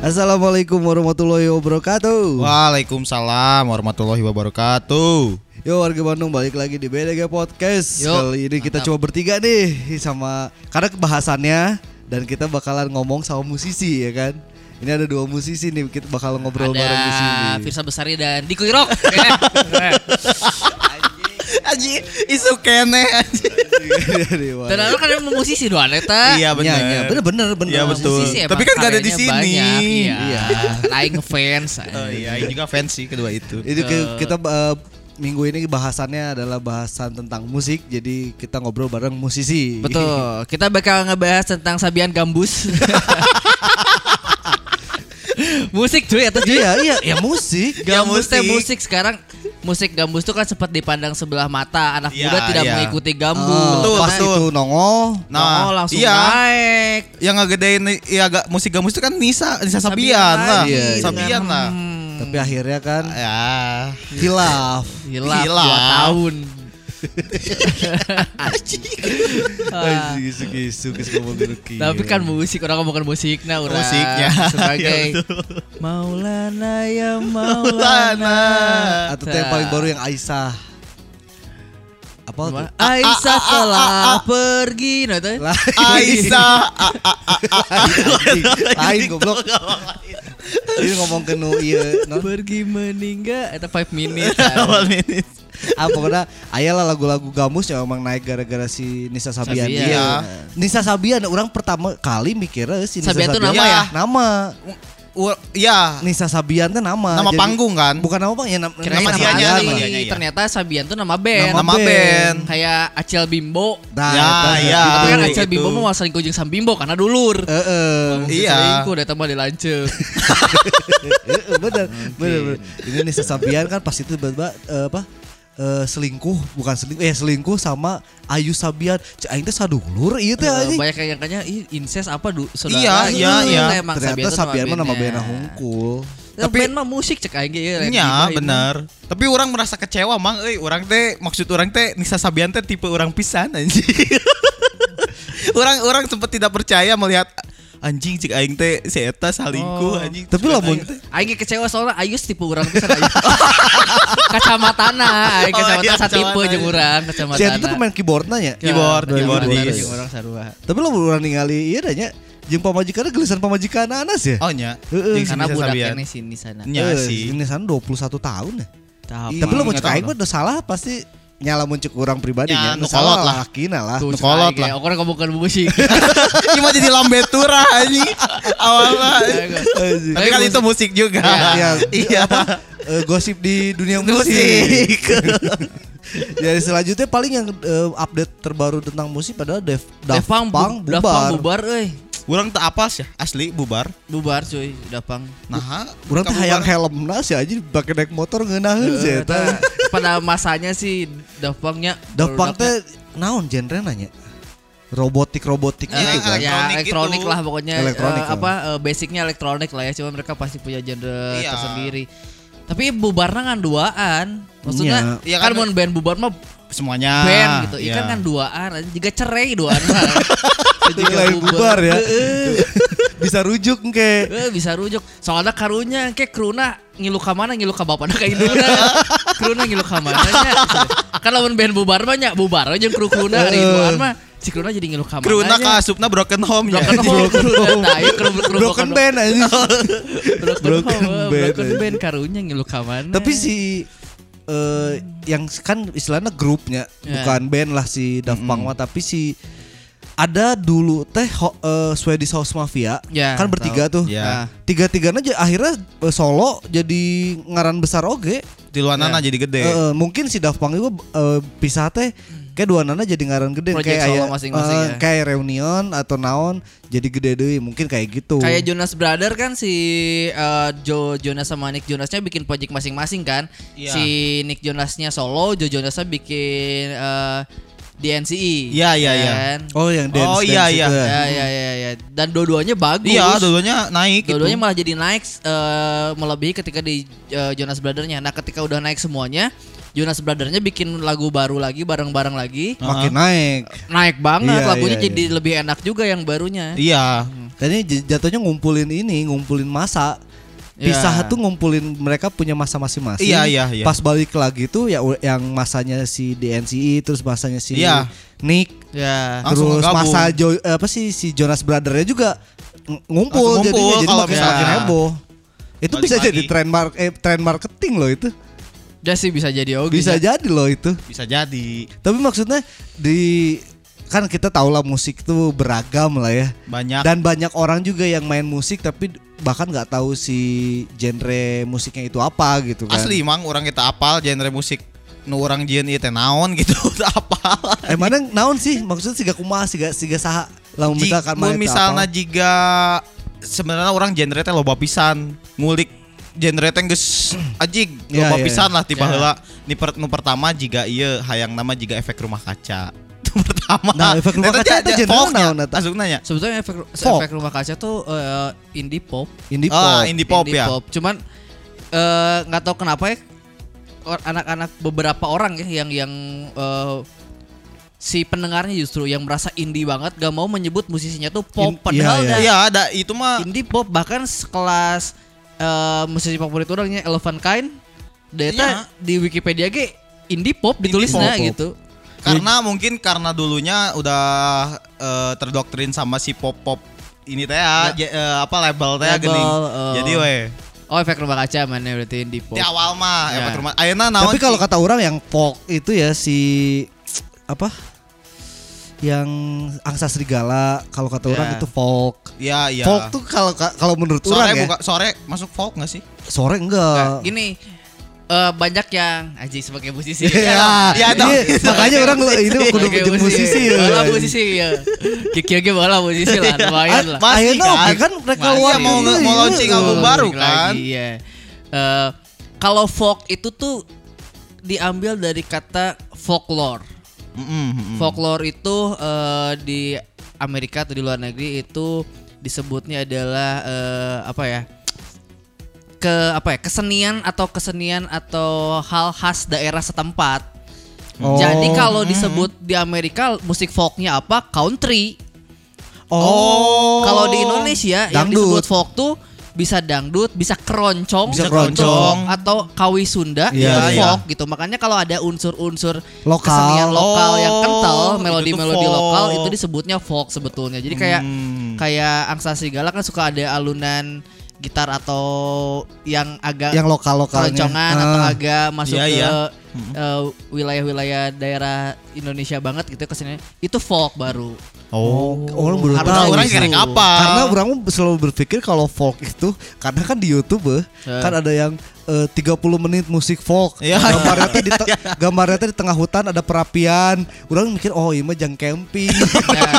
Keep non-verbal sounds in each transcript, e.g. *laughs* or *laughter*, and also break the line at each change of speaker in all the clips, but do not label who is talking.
Assalamualaikum warahmatullahi wabarakatuh.
Waalaikumsalam warahmatullahi wabarakatuh.
Yo warga Bandung balik lagi di BDG Podcast.
Yo,
Kali ini kita cuma bertiga nih sama karena kebahasannya dan kita bakalan ngomong sama musisi ya kan. Ini ada dua musisi nih kita bakal ngobrol bareng di sini.
Ada
*laughs*
Firsa Besari dan Diko Irok.
Aji, isu kene
Iya,
Dan lalu kan emang musisi doang Neta.
Iya
benar. Ya,
benar.
bener bener bener.
Iya, betul. Tapi kan nggak ada di sini.
Iya. iya. Kan Aing
*laughs*
ngefans.
Oh iya, ini juga fans sih kedua itu.
Itu ke- kita eh, minggu ini bahasannya adalah bahasan tentang musik. Jadi kita ngobrol bareng musisi.
Betul. Kita bakal ngebahas tentang Sabian Gambus. *laughs* musik cuy atau cuy.
Iya iya ya musik.
Ya,
Gambus teh
musik.
musik sekarang musik gambus tuh kan sempat dipandang sebelah mata anak
Iya,
muda tidak
iya.
mengikuti
Eh,
gambus.
Betul,
pas
betul.
itu nongol
Nah,
Nah,
langsung
iya.
naik.
Yang ngegedein ya agak musik gamus itu kan Nisa, Nisa Sabian, lah.
lagi
Iya, iya.
Sabian
dengan-
lah.
Hmm,
tapi akhirnya kan
Ya.
hilaf.
Hilaf,
Hilaf.
dua tahun. Ah,
Isu-isu
Tapi kan musik orang ngomongin musik nah orang
Iya. Musiknya. *laughs*
sebagai
Iya, betul.
Maulana
*laughs*
ya Maulana.
Maulana.
atau tuh yang paling baru yang Aisyah. Apa tuh?
Ah,
Aisyah telah pergi nah tuh.
Lah,
Aisyah, A- A-
anjing. lain goblok. Ini ngomong ke nu iya. Nah, ieu non.
Pergi meninggal Eh, eta 5
*laughs*
minutes.
awal minit.
Ah pokoknya aya lah lagu-lagu gamus yang emang naik gara-gara si Nisa Sabian.
Sabian.
Iya. Nisa Sabian orang pertama kali mikirnya si Nisa
Sabian
Sabian.
tuh
nama ya?
Nama.
Ur- Iya,
Nisa Sabian tuh nama.
Nama panggung kan?
Bukan nama panggung ya nam-
Kirain
Nama
nama
dianya,
asli.
nama dianya, iya.
Ternyata Sabian tuh nama band.
nama
band.
band.
Kayak Acil Bimbo.
Nah,
Ya,
eta,
ya.
gitu.
Tapi kan
Ah,
Acil
itu.
Bimbo mah sering kujung sam Bimbo karena dulur.
Heeh.
Iya.
Aku udah tambah dilanceng.
Eh, bener, bener, bener. Ini nih sesabian kan pas itu tiba-tiba eh, apa? eh, selingkuh bukan selingkuh eh selingkuh sama Ayu Sabian. Cek aing teh sadulur ieu teh
Eh,
anjing.
banyak yang nyangkanya "Ih, incest apa du,
Iya,
saudara Nah,
iya,
Ternyata
iya.
emang
Ternyata
tuh
Sabian mah nama Bena
bandnya.
Hungkul.
tapi
Tapi-
band mah musik cek aja ya
Iya benar. Tapi orang merasa kecewa mang, euy, orang teh maksud orang teh Nisa Sabian teh tipe orang pisan anjing. *laughs* orang orang sempat tidak percaya melihat anjing cik aing teh si eta salingkuh
Oh.
anjing.
Tapi
Cik
lamun
aing teh.
Aing kecewa soalnya Ayus tipe orang bisa
*laughs*
kacamata na
Oh, iya,
Aing kacamata satipe
kacamata.
jeung urang kacamata
Si Eta tuh pemain keyboard nanya.
Keyboard, keyboard, Iya.
keyboardis.
jeung urang sarua
Tapi lo urang ningali ieu da nya jeung pamajikanna gelisan pamajikan Anas ya.
Oh nya.
Heeh.
Jeung si
karena
Nisa
budak
Sabian.
ini sini sana
Nya
Eh, *laughs*
*laughs* sih.
Ini sana 21 tahun ya.
Tahap
Tapi lo mau
nggak
cek
tahu
aing mah udah salah pasti nyala muncul orang pribadi nya.
Ya, nu
Nu salah
kolot lah.
lalakina lah.
Tuh, cek
Kolot
aing ge,
lah.
orang ngomongkan musik
*laughs* Cuma jadi lambe turah anjing. Awalnya.
Iya,
Anjing.
Tapi kan itu musik juga.
Iya.
Iya.
*laughs* Eh, gosip di dunia musik.
Musik.
*laughs* Jadi selanjutnya paling yang eh, update terbaru tentang musik padahal Dev Daft
Dapang
Punk
bubar
bubar.
bubar euy
Orang tak apa sih asli bubar.
bubar cuy Dapang
Nah,
Urang
ka
teh hayang
bubar.
helmna sih aja pakai naik motor ngeunaheun sih
Eh,
eta.
eta pada masanya sih Dapangnya
Daft Punk teh naon genre nanya? Robotik-robotik
Eh,
gitu
eh,
kan.
eh.
ya
Elektronik
elektronik
gitu.
lah pokoknya
Elektronik ya.
Eh,
lah.
apa eh, basicnya elektronik lah ya cuma mereka pasti punya genre
Iya.
tersendiri tapi bubarnya kan duaan maksudnya
Iya. Iya kan.
kan mau band bubar mah
semuanya.
band
Ah,
gitu ikan
Iya.
kan duaan juga cerai duaan lah.
*laughs*
Dan juga
Lain bubar ya.
Eh, Heeh.
*laughs* Bisa rujuk engke.
Eh, bisa rujuk soalnya karunya kayak kruna ngilu ka mana ngilu ka bapak ka induna Nah, kruna ngilu ka mana nya. kan lawan band bubar mah nya bubar aja kru kruna hari duaan mah si kruna jadi ngilu ka mana
Kruna
nya.
ka asupna broken home ya.
Broken home, kruna, nah, iya, kru- kru-
Broken
broken
band aja.
broken,
Broken
home,
band,
broken
anjing.
band karunya ngilu ka mana
Tapi si eh yang kan istilahnya grupnya
Ya. Hmm.
bukan band lah si Daft Punk mah tapi si ada dulu teh ho- eh, Swedish House Mafia
Ya, Ah.
kan bertiga tuh.
Ya.
Tiga-tiganya j- akhirnya eh, solo jadi ngaran besar oge.
Di luar nana jadi gede.
Eh, eh, mungkin si Daft Punk juga eh, pisah teh kayak dua nana jadi ngaran gede
Hmm. Project
kayak
solo
aya-
masing-masing
eh,
ya.
kayak reunion atau naon jadi gede deh mungkin kayak gitu.
Kayak Jonas Brother kan si eh, Joe Jonas sama Nick Jonasnya bikin project masing-masing kan.
Iya.
Si Nick Jonasnya solo, Joe Jonasnya bikin eh, DNCE.
Iya, iya, iya.
kan?
oh yang dance
Oh,
dance
iya, iya.
itu ya.
Ya, ya, ya, ya. Dan dua-duanya bagus.
Iya, dua-duanya naik gitu.
Dua-duanya malah jadi naik eh, melebihi ketika di eh, Jonas Brothernya. Nah, ketika udah naik semuanya, Jonas Brothernya bikin lagu baru lagi, bareng-bareng lagi.
Nah.
Makin naik.
Naik banget,
Iya,
lagunya
iya,
jadi lebih enak juga yang barunya.
Iya.
Dan Kan ini j- jatuhnya ngumpulin ini, ngumpulin masa.
Ya.
Pisah tuh ngumpulin mereka punya masa masing-masing.
Iya, iya, iya.
Pas balik lagi tuh ya u- yang masanya si DNCI E, terus masanya si
Iya.
Nick
Ya.
Langsung
terus
gabung.
masa Jo- eh, apa sih si Jonas Brothernya juga ng- ngumpul
Langsung
jadinya
ngumpul
jadi
kalau
makin
bisa.
makin heboh. Itu
Balik
bisa
lagi.
jadi tren mar- eh, tren marketing loh itu.
Ya sih bisa jadi
Oh,
ya. oke.
Bisa jadi loh itu.
Bisa jadi
Tapi maksudnya di kan kita tahu lah musik tuh beragam lah ya.
banyak
Dan banyak orang juga yang main musik tapi bahkan nggak tahu si genre musiknya itu apa gitu kan.
asli mang orang kita apal genre musik nu orang jieun ieu teh naon gitu *laughs* teu apal.
Emangnya Eh, naon sih maksudnya siga kumaha siga siga saha lamun
Ji-
misalkan
mun
mana teu
misalna
apal.
jika sebenarnya orang genre teh loba pisan ngulik genre teh geus *clears throat* ajig
Ya,
loba
ya,
pisan lah tiba
Ya.
heula Ni per- nu pertama jika iya hayang nama jika efek rumah kaca *laughs* itu pertama
Nah, efek rumah
Eta
kaca
teh
eta
aja
genre
folknya.
naon eta?
Langsung nanya
Sebetulnya efek
Folk.
efek rumah kaca tuh eh, indie pop.
indie pop.
ah indie pop ya
Cuman eh, nggak tahu kenapa ya or- anak-anak beberapa orang ya yang yang eh, si pendengarnya justru yang merasa indie banget gak mau menyebut musisinya tuh pop
In- iya,
padahal dah
iya ada itu mah
indie pop bahkan sekelas eh, musisi favorit orangnya Elephant Kind
Iya.
data di Wikipedia ge indie pop
Indie
ditulisnya
pop.
gitu.
karena mungkin karena dulunya udah eh, terdoktrin sama si pop pop ini teh ya, je- eh, apa label teh
Label,
geuning.
eh.
jadi weh
Oh efek rumah kaca mana berarti indie pop.
di awal mah
Ya.
efek rumah ayeuna naon
Tapi kalau
sih?
kata orang yang folk itu ya si apa? Yang angsa serigala kalau kata
Ya.
orang itu folk.
ya ya
Folk tuh kalau kalau menurut
sore
orang ya,
buka sore masuk folk gak sih
sore
Nah,
enggak.
gini eh, banyak yang Aji sebagai musisi.
Iya,
Ya, dong. Iya,
iya, makanya
*laughs*
orang lo- ini kudu
Sebagai
jadi musisi. ya.
iya, Bola musisi ya. Kiki-kiki bola musisi lah,
Iya.
lumayan lah.
Masih
Akhirnya
kan?
oke kan mereka
Masih
keluar
mau-
dulu,
mau
iya.
launching album
Tuh,
baru,
balik
kan?
Lagi, ya. Eh, kalau folk itu tuh diambil dari kata folklore.
Hmm.
Folklore itu eh, di Amerika atau di luar negeri itu disebutnya adalah eh, apa ya? ke apa ya kesenian atau kesenian atau hal khas daerah setempat.
Oh.
Jadi kalau disebut di Amerika musik folknya apa country.
Oh.
Kalau di Indonesia yang
Dangdut.
disebut folk tuh bisa dangdut, bisa keroncong,
Bisa
keroncong.
atau kawi Sunda
Iya,
itu
iya.
folk gitu. Makanya kalau ada unsur-unsur
Lokal.
kesenian lokal yang
Oh,
kental,
itu tuh
melodi-melodi
folk.
lokal itu disebutnya folk sebetulnya. Jadi kayak
Hmm.
kayak angsa serigala kan suka ada alunan gitar atau yang agak
yang lokal-lokalnya.
keroncongan
Ah.
atau agak masuk
Iya,
ke
iya.
eh, wilayah-wilayah daerah Indonesia banget gitu kesini itu folk
*laughs*
baru.
Oh, orang baru
Harus
tahu.
orang
gitu.
kira apa
Karena orang selalu berpikir kalau folk itu karena kan di YouTube eh,
Eh.
kan ada yang eh, 30 menit musik folk.
Iya.
Gambarnya tuh
*laughs*
di te- gambarnya tuh di tengah hutan ada perapian. Orang mikir oh iya mah jang
*laughs*
camping.
Nah,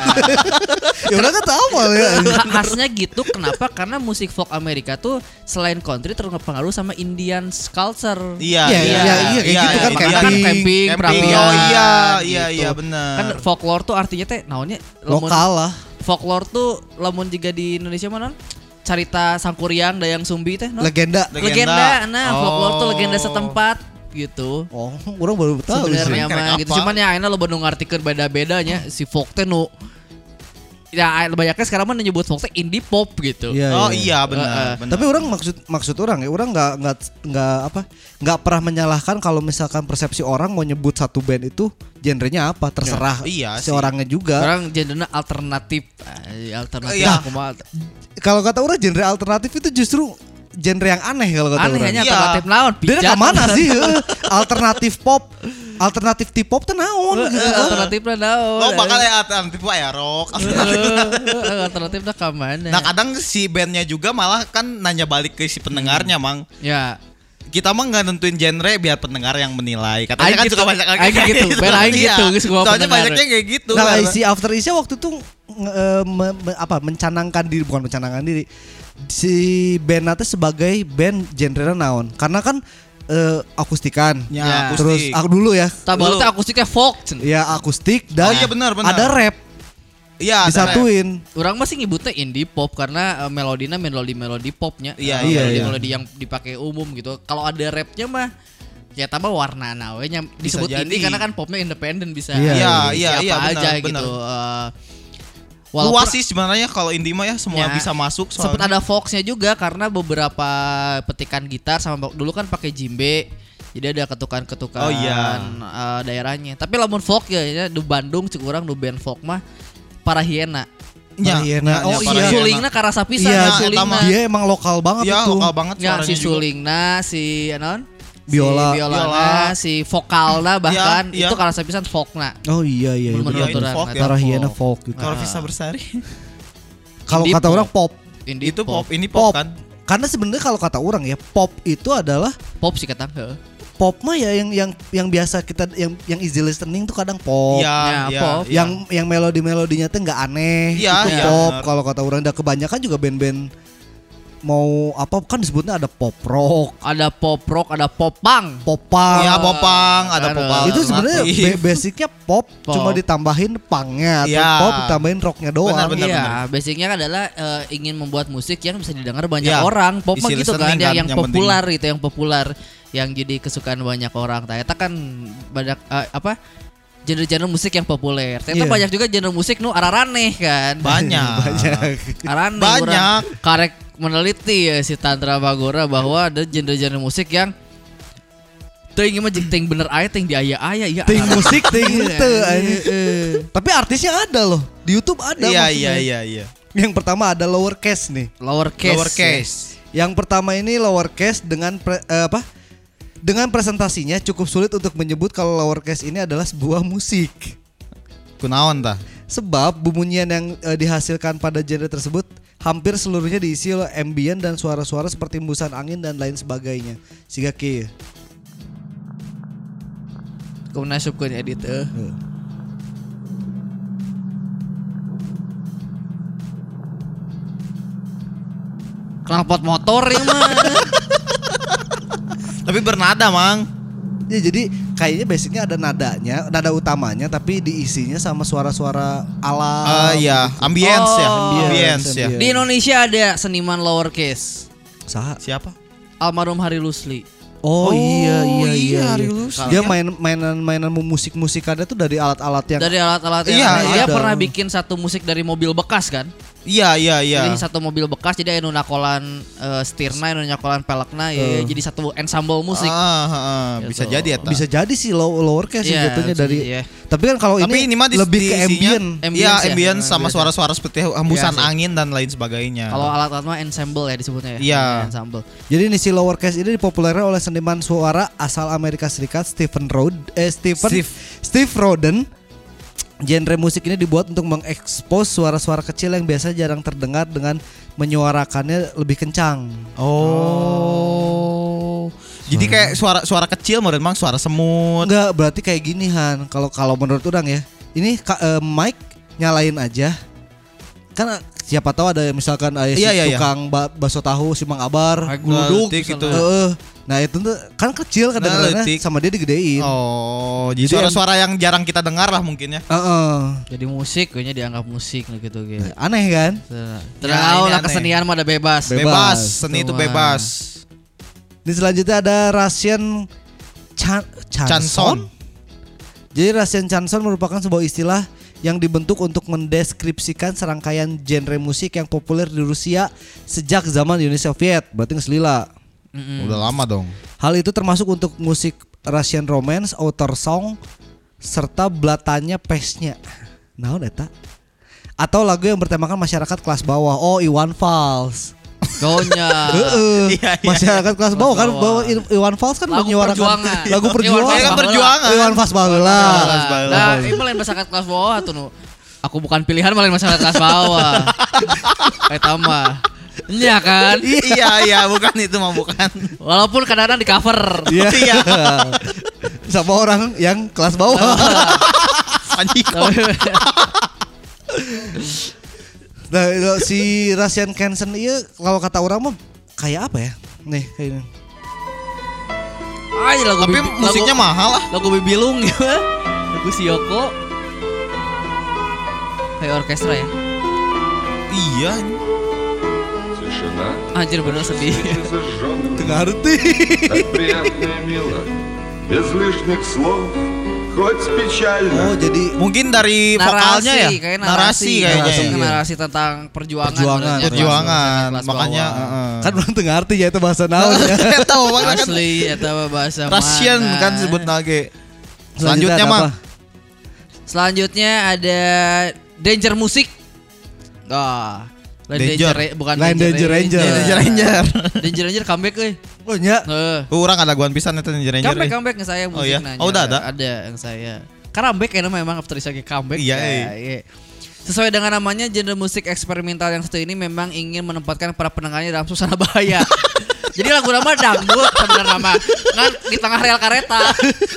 ya orang kan tahu lah ya.
Kha- khasnya gitu kenapa karena musik folk Amerika tuh selain country terpengaruh sama Indian culture
iya
Iya, iya, iya, kayak gitu kan,
makanya kan
camping.
camping, perapian,
oh iya iya
gitu.
iya benar
kan folklore tuh artinya teh naonnya lamun-
Lokal lah.
folklore tuh lamun juga di Indonesia mana carita sangkuriang dayang sumbi teh naon?
Legenda.
legenda.
Legenda.
nah folklore tuh
Oh.
legenda setempat gitu
Oh, orang baru tahu sih.
sebenarnya
Keren
mah
apa?
gitu cuman ya akhirnya lo bandung ngartikeun beda bedanya si folk teh nu ya banyaknya sekarang mah nyebut folk teh indie pop gitu
Iya,
oh
iya.
iya benar
Eh, eh.
benar.
Tapi orang maksud maksud orang ya, orang nggak nggak nggak apa nggak pernah menyalahkan kalau misalkan persepsi orang mau nyebut satu band itu genrenya apa terserah
Iya, iya
si
sih.
orangnya juga.
orang gendernya alternatif Ay, alternatif
Iya.
kumaha.
kalau kata orang genre alternatif itu justru genre yang aneh kalau kata
aneh
orang.
hanya
Iya.
alternatif naon
Dia
pijat.
ke mana sih? *laughs* Heeh. alternatif pop, alternatif T-pop teh naon gitu.
Heeh, alternatifnya Eh, naon Eh,
Oh bakal ya alternatif wae ya rock
*laughs* Heeh, alternatifnya ke mana
Nah kadang si bandnya juga malah kan nanya balik ke si pendengarnya mang
ya
Kita mah nggak nentuin genre biar pendengar yang menilai Katanya
Aing
kan
gitu,
suka banyak
aing gitu, band aing
Iya.
gitu, geus gua
Soalnya
pendengar.
banyaknya kayak gitu
Nah,
Bang.
si After Isya waktu itu nge- eh, me- me- apa mencanangkan diri bukan mencanangkan diri si band nanti sebagai band genre naon karena kan eh, akustikan
Ya,
Ya.
akustik.
terus aku dulu ya
tabel
Lu-
teh akustiknya folk cen.
ya akustik dan
Oh, iya, benar, benar.
ada rap
Iya, ada rap.
disatuin
Orang masih ngibutnya indie pop karena eh, melodinya melodi-melodi popnya. Eh,
Iya,
iya,
melodi,
iya.
melodi yang dipakai umum gitu. Kalau ada rapnya mah ya tambah warna nawenya disebut
jadi.
indie karena kan popnya independen bisa
Iya,
iya,
siapa
iya, iya, benar,
aja
benar.
gitu. Eh,
Luas sih sebenarnya kalau indie mah ya semua
Ya.
bisa masuk
sempat
soalnya.
ada Foxnya juga karena beberapa petikan gitar sama dulu kan pakai jimbe jadi ada ketukan-ketukan
Oh, iya.
eh, daerahnya tapi lamun folk ya, ya di Bandung cik urang nu band folk mah para hiena
Ya,
nah,
Parahena.
ya,
Oh,
ya,
iya.
Parahena.
sulingna karasa pisan
Iya,
ya,
eta
sulingna
mah.
Dia emang lokal banget
Ya
itu.
lokal banget
ya si
suaranya juga.
sulingna si anon
Biola.
si biolana,
Biola.
si vokalna bahkan
Iya, iya.
itu karasa pisan folkna
Oh iya iya. iya.
Belum
benar.
Iya, ini
Menurut orang, Ah.
folk ya,
Parahena
folk.
folk gitu.
Nah.
Kalau Visa Bersari
Kalau
Indie
kata
pop.
orang pop.
indie
*laughs* itu pop, ini
Pop.
pop kan?
Karena sebenarnya kalau kata orang ya pop itu adalah
pop sih kata heeh.
pop mah ya yang yang yang biasa kita yang yang easy listening tuh kadang pop.
Iya,
Ya,
iya,
pop.
iya.
Yang yang melodi-melodinya tuh nggak aneh.
Iya,
itu
iya,
pop
benar.
kalau kata orang dan kebanyakan juga band-band mau apa kan disebutnya ada pop rock,
ada pop rock ada pop punk
pop punk.
Iya, popang, ada Iya,
Ada.
popang.
itu sebenarnya
alternatif.
ba- basicnya pop,
Pop.
cuma ditambahin punknya atau
Iya.
pop ditambahin rocknya doang. *laughs*
Benar, benar.
iya, basicnya adalah eh, ingin membuat musik yang bisa didengar banyak
Iya,
orang. Pop mah
easy
gitu kan,
listening
yang,
kan,
yang
yang penting.
populer itu yang populer, yang jadi kesukaan banyak orang. Ternyata kan banyak eh, apa? genre-genre musik yang populer. Ternyata
Iya.
banyak juga genre musik nu araraneh kan. *laughs*
banyak. Iya, Ah.
Banyak.
Araraneh.
Banyak.
orang. Karek meneliti ya si Tantra Bagora bahwa ada genre-genre musik yang Ting mah jeung ting bener aya ting diaya-aya ya.
Ting musik, ting
Iya,
itu.
iya,
anjing. Tapi artisnya ada loh. Di YouTube ada
Iya,
maksudnya.
iya, iya, iya.
Yang pertama ada lowercase nih.
Lower case.
Lower case.
Yang pertama ini lowercase dengan pre- eh, apa? Dengan presentasinya cukup sulit untuk menyebut kalau lowercase ini adalah sebuah musik.
Kunaon tah?
Sebab bunyian yang eh, dihasilkan pada genre tersebut hampir seluruhnya diisi oleh ambient dan suara-suara seperti embusan angin dan lain sebagainya. Sehingga ke
Kemudian subkeun edit eh. knalpot motor ya mah.
Tapi bernada, Mang.
Ya jadi kayaknya basicnya ada nadanya, nada utamanya tapi diisinya sama suara-suara alam.
Ah iya, ambience ya,
Oh.
ambience ya.
Ambience.
Di Indonesia ada seniman lowercase.
Saha?
Siapa?
Almarhum Hari Rusli.
Oh,
Oh,
iya iya
iya,
iya. iya.
Rilus.
Dia main mainan mainan musik musikannya tuh dari alat-alat yang
Dari alat-alat yang
Iya,
ada. dia
ada.
pernah bikin satu musik dari mobil bekas kan?
Iya, iya, iya.
Jadi satu mobil bekas jadi anu nakolan eh, stirna, anu nakolan pelekna ya, jadi satu ensemble musik.
Ah, ah, ah,
Gitu.
bisa jadi ya. Ta.
bisa jadi sih low lowercase sih
Iya,
jatuhnya
bisa
dari.
jadi, iya.
Tapi kan kalau
Tapi
ini,
ini mah di,
lebih ke
diisinya-
ambient.
Ambience
Iya,
ya.
ambience sama
Ambience.
suara-suara seperti hembusan
Iya sih.
angin dan lain sebagainya.
Kalau alat-alat mah ensemble ya disebutnya ya.
Iya.
Ensemble.
Jadi ini si lowercase ini dipopulerkan oleh seniman suara asal Amerika Serikat Stephen Rod eh Stephen Steve,
Steve.
Roden. Genre musik ini dibuat untuk mengekspos suara-suara kecil yang biasa jarang terdengar dengan menyuarakannya lebih kencang.
Oh. Jadi kayak suara-suara kecil menurut Mang suara semut.
Enggak, berarti kayak gini Han. Kalau kalau menurut orang ya, ini ka, eh, mic nyalain aja. Kan eh, siapa tahu ada yang misalkan ada si
Iya, iya, iya.
tukang ba- bakso tahu si Mang Abar.
Ngelutik
misalnya.
gitu.
Heeh. Nah, itu tuh kan kecil kedengarannya
Ngelutik.
sama dia digedein.
Oh,
Jadi
jadi suara-suara yang jarang kita dengar lah mungkin ya.
Heeh.
Jadi musik kayaknya dianggap musik gitu gitu.
Aneh kan?
Terlalu
ini
lah
aneh.
kesenian mah ada bebas.
Bebas.
Bebas, seni itu
Tuh,
bebas.
Ini selanjutnya ada Russian Chan
Chanson.
Chanson. Jadi Russian Chanson merupakan sebuah istilah yang dibentuk untuk mendeskripsikan serangkaian genre musik yang populer di Rusia sejak zaman Uni Soviet, berarti ngeselila.
Mm-mm.
Udah lama dong.
Hal itu termasuk untuk musik Russian Romance, Outer Song, serta belatanya pesnya. *laughs* Naon eta? Atau lagu yang bertemakan masyarakat kelas bawah. Oh, Iwan Fals.
Gaunya.
Heeh.
Iya, iya.
masyarakat kelas bawah kan
bawah.
bawah I- Iwan Fals kan
Lagu
menyuarakan
perjuangan.
*laughs*
Iya,
lagu
Iwan
perjuangan.
Fals
Kan perjuangan.
Iwan Fals baheula.
Kelas bawah.
Nah, ini malah masyarakat kelas bawah tuh nu. Aku bukan pilihan malah masyarakat kelas
*laughs*
bawah. Kayak tambah. Iya kan?
iya, iya, bukan itu mah bukan.
Walaupun kadang-kadang di cover.
*laughs* Iya. Sama orang yang kelas bawah.
Anjing.
Nah, lo- si Rasian Kensen iya kalau kata orang mah kayak apa ya? Nih, kayak ini.
Ay, lagu
Tapi
bibi-
musiknya
lagu,
mahal lah.
lagu Bibilung gitu. Lagu Siyoko. Kayak orkestra ya.
Iya.
Тишина
Anjir bener sedih.
не зажженным,
Ngerti.
так приятно и мило, без лишних слов, хоть
Oh
печально.
jadi
Mungkin dari vokalnya ya,
kayak narasi,
narasi
narasi
kayaknya.
Narasi,
ya.
iya.
narasi tentang perjuangan
Perjuangan,
sebenarnya,
Perjuangan,
kelas bawah.
makanya
kan orang tengah arti ya itu bahasa naon ya.
Saya tahu banget kan
asli eta mah bahasa
Russian
mana.
kan sebut nage.
Selanjutnya
Selanjutnya
ada
mah
apa?
Selanjutnya ada Danger Music. Ah, Line
Danger.
Danger, Ra- bukan
Line Danger Ranger.
Danger Ranger.
Danger Iya, Ranger comeback euy.
Oh nya.
Heeh.
Uh, Orang ada guan pisan eta Danger Ranger.
Comeback
eh.
comeback nggak saya
Oh,
musik
iya?
nanya.
Oh, udah ada?
Ada yang saya. Comeback ya memang after Isaki comeback.
Iya,
ya,
iya.
iya. Sesuai dengan namanya, genre musik eksperimental yang satu ini memang ingin menempatkan para pendengarnya dalam suasana
*laughs*
bahaya. Jadi lagu nama dangdut sebenarnya nama ngan di tengah rel kereta.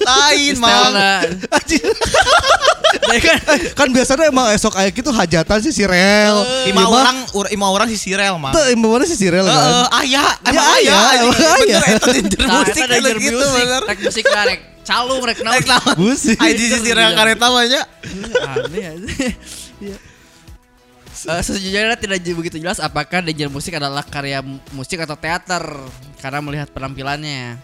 Lain mang. *laughs*
Istilahnya. Ya kan?
*laughs* kan biasanya emang esok aja gitu hajatan sih si Rel.
Ima orang ur- ima orang si Sirel mah.
Tuh emang mana sih si Rel
Heeh,
kan?
aya,
Ya,
emang aya.
aya, emang
Bener
aya.
eta Danger
Nah,
Music
eta Danger
kayak gitu
Music.
bener.
Rek musik lah, rek calung rek naon.
Rek naon.
Busi.
Aji si Sirel kareta mah nya.
aneh aja. Iya. Eh, sejujurnya tidak j- begitu jelas apakah Danger Musik adalah karya mu- musik atau teater karena melihat penampilannya.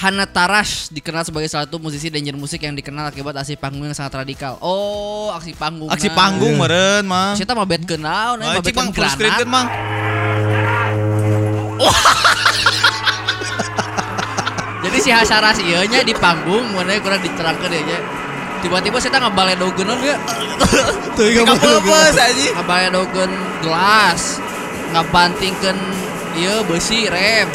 Hana Tarash dikenal sebagai salah satu musisi Danger Musik yang dikenal akibat aksi panggung yang sangat radikal. Oh, aksi panggung.
Aksi panggung meren mang.
Kita mah bad kenal,
Nah,
mah
cik
bad
mang full screen kan mang.
Jadi si Hasaras ieu nya di panggung mana kurang diterangkan ya nya. Tiba-tiba saya ngabaledogeun ge.
Tuh enggak
Kamu lepas aji.
ngabaledogeun gelas. Ngabantingkeun ieu besi
*laughs*
rem.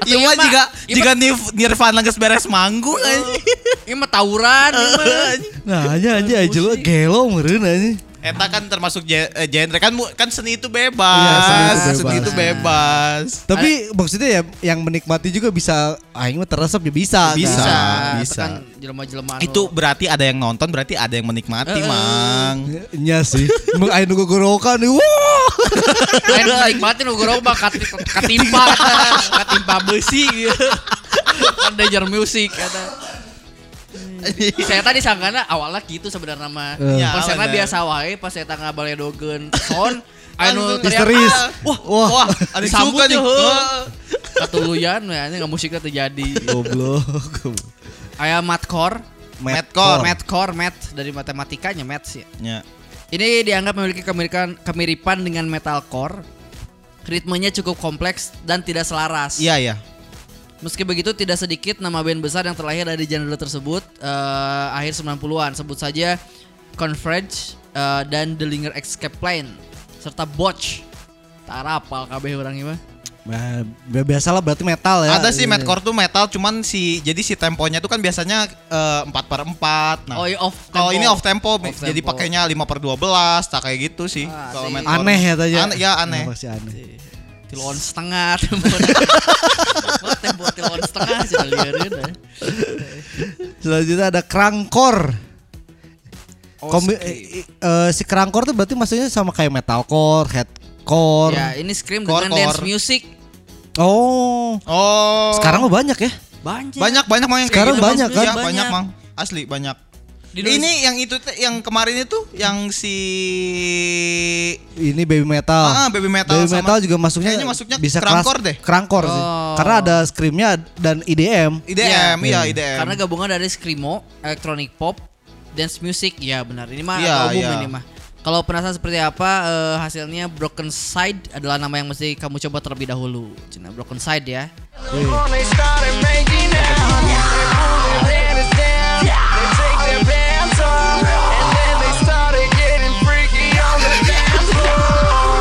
Atau
Iya mah jika
ieu
jika
mah-
Nif- Nirvana geus beres manggung
Iya.
anjing.
ieu mah
*laughs*
tawuran ieu mah.
Nah, aja aja aja lu gelo meureun anjing.
Eta kan termasuk ge- eh, genre kan mu- kan seni itu
Iya, seni
bebas.
itu bebas.
seni itu bebas.
Tapi maksudnya ya yang menikmati juga bisa aing mah teresep ya bisa. kan?
Bisa.
Bisa,
bisa.
tekan jelema-jelema anu-
Itu berarti ada yang nonton, berarti ada yang menikmati,
Eh, eh.
Mang.
Nya Ya, iya sih. Emang aing nunggu gorokan nih. Wah.
lain nikmatin uga robak kati- katimpa *laughs* katimpa besi gitu. kan danger music kata saya tadi sangkana awalnya gitu sebenarnya mah
Eh.
Ya,
konsernya
bener.
biasa wae pas saya tangga balai dogen sound
Langsung
anu
teriak,
Histeris.
"Ah, Wah,
Wah.
wah, ada yang
Disambut
suka nih.
tuh,
Heeh.
katuluyan ya ini nggak musiknya terjadi
Goblok.
ayah matcore
Madcore.
matcore mat dari matematikanya mat sih
Ya.
Ini dianggap memiliki kemiripan, kemiripan dengan metalcore. Ritmenya cukup kompleks dan tidak selaras.
Iya, iya.
Meski begitu tidak sedikit nama band besar yang terlahir dari genre tersebut eh, akhir 90-an. Sebut saja Converge eh, dan The Linger Escape Plan serta Botch. Tara apal kabeh orang ini mah.
Nah, bi- biasalah berarti metal ya.
Ada sih madcore tuh metal, cuman si jadi si temponya tuh kan biasanya eh, 4 per 4. Nah,
Oh, iya, off
kalau
tempo.
ini off tempo,
Off
jadi
tempo.
pakainya 5 per 12, tak kayak gitu sih.
Ah,
kalau
sih.
madcore.
aneh ya tadi.
Ane- ya aneh.
Pasti aneh.
Iya. Tiluan setengah tempo. *laughs* Wah, tempo tiluan setengah sih liarin. eh.
Selanjutnya ada kerangkor.
Oh,
Kombi- eh, eh, si kerangkor tuh berarti maksudnya sama kayak metalcore, headcore.
Ya, ini Scream
Core,
dengan dance
core.
music
Oh.
Oh.
Sekarang mah banyak ya.
banyak.
banyak banyak mang yang kayak
Sekarang
gitu, Mang.
banyak, kan?
Iya, banyak,
Banyak.
mang asli banyak
Dinulis-
ini yang itu teh, yang kemarin itu yang si
Ini baby metal.
Ah, ah, baby metal
Baby
sama-
metal juga masuknya
kayaknya masuknya
bisa
kerangkor
keras-
deh.
Kerangkor sih.
Oh.
Karena ada screamnya dan E IDM.
IDM
Iya.
iya IDM
Karena gabungan dari screamo, electronic pop, dance music, ya benar. Ini mah
Iya,
agak umum
iya.
ini mah. Kalau penasaran seperti apa eh, hasilnya Broken Side adalah nama yang mesti kamu coba terlebih dahulu. Cina Broken Side ya.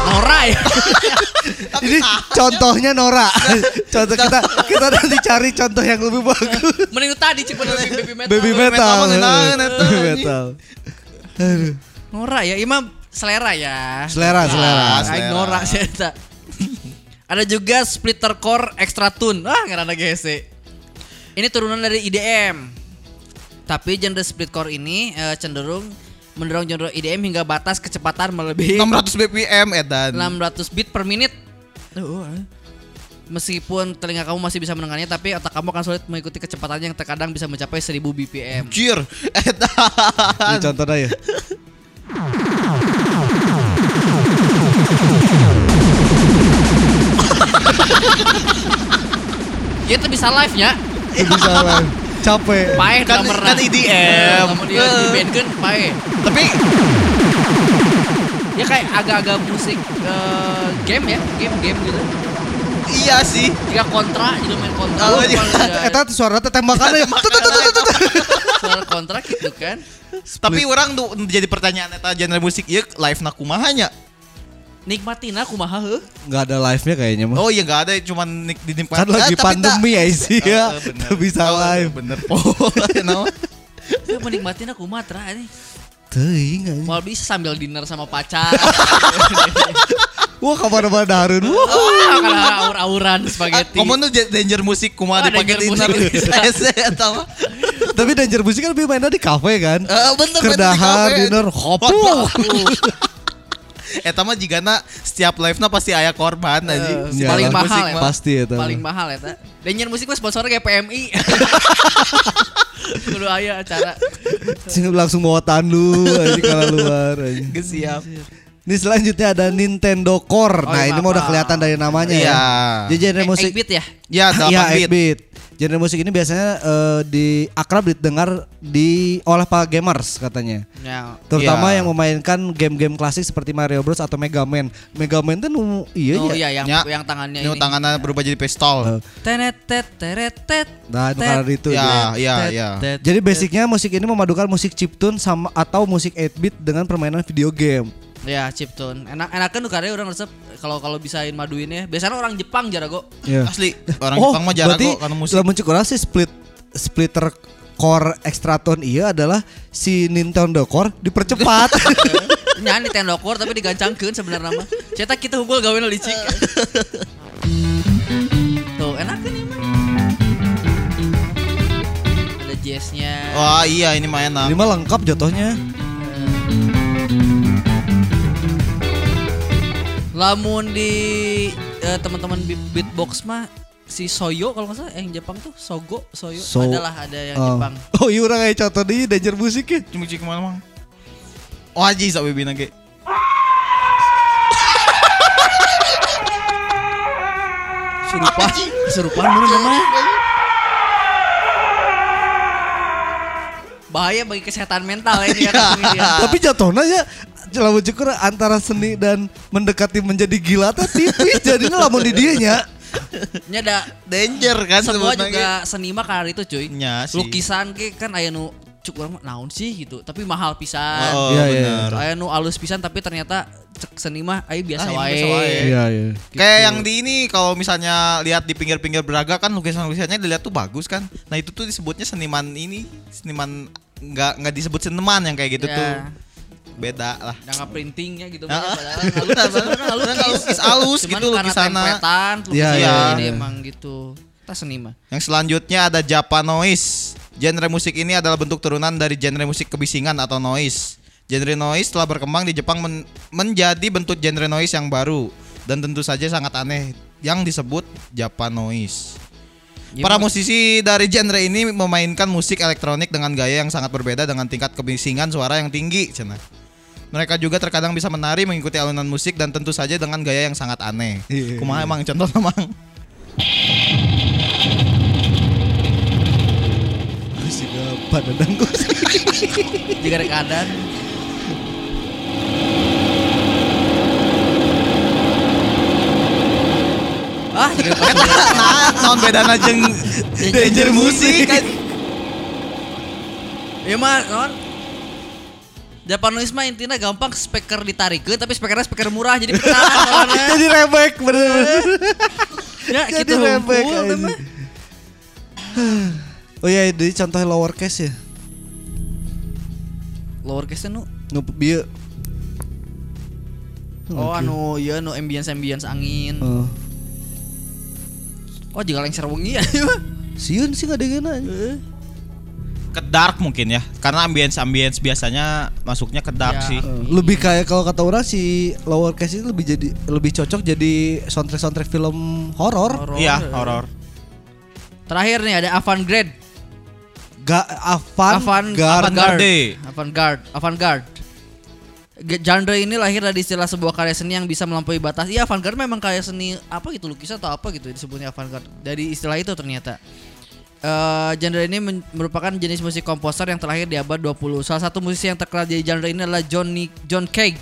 Nora ya.
*laughs*
*laughs*
Ini contohnya Nora. *laughs* Contoh kita kita nanti cari contoh yang lebih bagus.
Mending tadi coba lebih baby metal.
baby metal.
metal mah
*laughs*
ngenaeun eta,
Baby
anjing.
metal.
Nora ya, imam selera ya.
Selera, selera.
Ah,
Aing Nora sih eta. Ada juga splitter core extra tune. Ah, ngaranna GC. Ini turunan dari IDM. Tapi genre split core ini eh, cenderung mendorong genre IDM hingga batas kecepatan melebihi
600 BPM edan
600 beat per menit.
eh.
Meskipun telinga kamu masih bisa mendengarnya, tapi otak kamu akan sulit mengikuti kecepatannya yang terkadang bisa mencapai 1000 BPM.
Jir,
Ini
edan *laughs*
contohnya ya.
Ya itu bisa live nya.
Kudu salah. Capek.
Pae
Kan-
damerna.
kan IDM.
Lamun dia
Eh.
dibandkan pae.
Tapi
Ya kayak agak-agak musik eh, game ya, game-game gitu.
iya sih.
Jika kontra, jadi main kontra.
Oh,
Kalau
iya.
ada
Eta Eh, suara teh tembakan
*laughs*
ya. Tut, tut, tut, tut, tut.
Soal kontra gitu kan.
Tapi orang tuh jadi pertanyaan eta genre musik ieu live na kumaha nya?
Nikmatin aku mah heuh.
Nggak ada live-nya kayaknya mah.
Oh iya enggak ada cuman nik- dinikmati.
Kan lagi
Eh, tapi tak-
pandemi ya sih
Eh,
ya.
eh, bener.
Nggak bisa
Oh,
live.
Bener. *laughs* Oh, kenapa?
Heuh, menikmatin aku mah terah ini.
Teuing anjing.
Mau bisa sambil dinner sama pacar. *laughs*
Wah, kemana-mana darun.
*laughs*
Wuh.
Wah, karena aur-auran spaghetti.
Komon Ah, tuh j- danger musik kumaha
Oh,
dipake di
danger
*laughs*
musik.
internet. Eta mah.
Tapi Danger Musik kan lebih mainnya di kafe kan.
Eh, bener, bener, di
Kerdahan,
kafe.
dinner, hopuh.
Eta mah jigana setiap live na pasti aya korban anjing.
si
Si
paling
Jalan
genre
mahal
musik
ya.
mah.
Pasti ya tahu.
Paling mahal ya, Denyer musik mah sponsornya kayak
*laughs*
PMI. Kudu aya acara.
Sini langsung bawa tandu anjing kalau luar. anjing.
Geus siap.
Ini selanjutnya ada Nintendo Core.
Oh,
nah,
iya,
ini mah udah
apa?
kelihatan dari namanya
Iya.
ya. Jadi genre
Eh,
musik
8-bit ya.
Ya, 8
Iya,
bit.
8-bit. Genre musik ini biasanya eh, di akrab didengar di oleh para gamers katanya.
Ya.
Terutama
Iya.
yang memainkan game-game klasik seperti Mario Bros atau Mega Man. Mega Man tuh nu- iya
Oh
ya.
iya yang
Nya.
yang tangannya
Ini tangannya berubah jadi
Eh,
pistol.
Tenet tet teret tet.
Nah, itu karena itu.
Ya,
dia.
ya,
tet,
ya.
tet,
Jadi basicnya musik ini memadukan musik chiptune sama atau musik 8-bit dengan permainan video game.
Ya chiptune. Enak enakan tuh karena orang resep kalau kalau bisain maduinnya. Biasanya orang Jepang jarago.
Iya.
*laughs*
Asli orang Jepang mah jarang
berarti
kok karena musik.
lamun cek urang sih split splitter core extraton iya adalah si Nintendo Core
*laughs*
dipercepat.
Nyanyi Nintendo Core tapi digancangkeun sebenarnya mah. Cetak kita hukum gawe licik.
*laughs*
Tuh enakan ini mah. Ada jazznya.
Oh.
Wah, iya ini mah enak.
ini mah lengkap jatuhnya.
Lamun di eh, teman-teman beat- beatbox mah si Soyo kalau nggak salah eh, yang Jepang tuh Sogo Soyo
So-
adalah ada yang
Oh.
Jepang.
*laughs* Oh iya orang kayak contoh di danger ya. musiknya.
Cuma cik mana mang? Oh aji sok bibi nage.
Serupa, serupa mana
ya.
namanya? Bahaya bagi kesehatan
*laughs*
mental ya ini ya. kan, ini
Iya.
ya.
*laughs* Tapi jatuhnya ya lamun cek urang antara seni dan mendekati menjadi gila teh tipis *laughs* jadinya lamun di dieu nya.
Ini ada
Danger kan
semua
sebutna ge.
juga seni mah karena itu cuy.
Nya sih.
Lukisan ke kan aya nu cukup orang mah, naon sih gitu, tapi mahal pisan.
Oh,
Iya, iya.
bener.
Aya nu alus pisan tapi ternyata cek seni mah aya
Ah,
biasa
ini
wae.
biasa wae.
Iya iya.
Gitu.
Kayak yang di ini kalau misalnya lihat di pinggir-pinggir beraga kan lukisan-lukisannya dilihat tuh bagus kan. Nah itu tuh disebutnya seniman ini seniman nggak nggak disebut seniman yang kayak gitu
Ya.
tuh beda lah.
Dan nggak printingnya gitu
Ah.
banyak
*laughs*
padahal ngalukis, sebenarnya
Padahal ngalukis alus
Cuman
gitu
karena
lukisanna.
tempetan,
Iya,
lukisannya
iya,
ini
iya.
emang gitu. Kita seni mah.
Yang selanjutnya ada Japanoise. Genre musik ini adalah bentuk turunan dari genre musik kebisingan atau noise. Genre noise telah berkembang di Jepang men- menjadi bentuk genre noise yang baru dan tentu saja sangat aneh yang disebut Japanoise.
Iya,
Para
Bang.
musisi dari genre ini memainkan musik elektronik dengan gaya yang sangat berbeda dengan tingkat kebisingan suara yang tinggi, cenah. Mereka juga terkadang bisa menari mengikuti alunan musik dan tentu saja dengan gaya yang sangat aneh.
Iya.
Kumaha emang contoh emang.
Sih pada dangkut.
Jika ada keadaan Ah,
*laughs*
jika pas
Nah, sound bedana jeung danger
Iya,
musik kan.
Ya mah, non. Japanese mah intinya gampang speaker ditarikin tapi speakernya speaker murah jadi
*laughs*
pecahan
*laughs* Jadi rebek bener-bener.
Ya,
Jadi
kita
rebek
hukum
anjing.
mah.
*sighs* Oh iya, jadi contoh lower case ya.
Lower case ya, nu
Nu bieu.
Oh anu ya nu ambience ambience angin.
Hmm.
Eh,
Oh jika lengser wengi ya. *laughs*
Siun sih nggak ada
Ke dark mungkin ya. Karena ambience ambience biasanya masuknya ke dark
Ya.
sih.
Eh, Lebih kayak kalau kata orang si lower case ini lebih jadi lebih cocok jadi soundtrack soundtrack film horor.
Iya, horor.
Terakhir nih ada avant-garde.
Gak Avan,
Avant-
Gar.
Avant-garde.
Avant-garde. Avant-garde. Ge- Genre ini lahir dari istilah sebuah karya seni yang bisa melampaui batas. Iya, avant-garde memang karya seni apa gitu lukisan atau apa gitu disebutnya avant-garde. Dari istilah itu ternyata. eh, genre ini men- merupakan jenis musik komposer yang terakhir di abad 20. Salah satu musisi yang terkenal di genre ini adalah Johnny John Cage.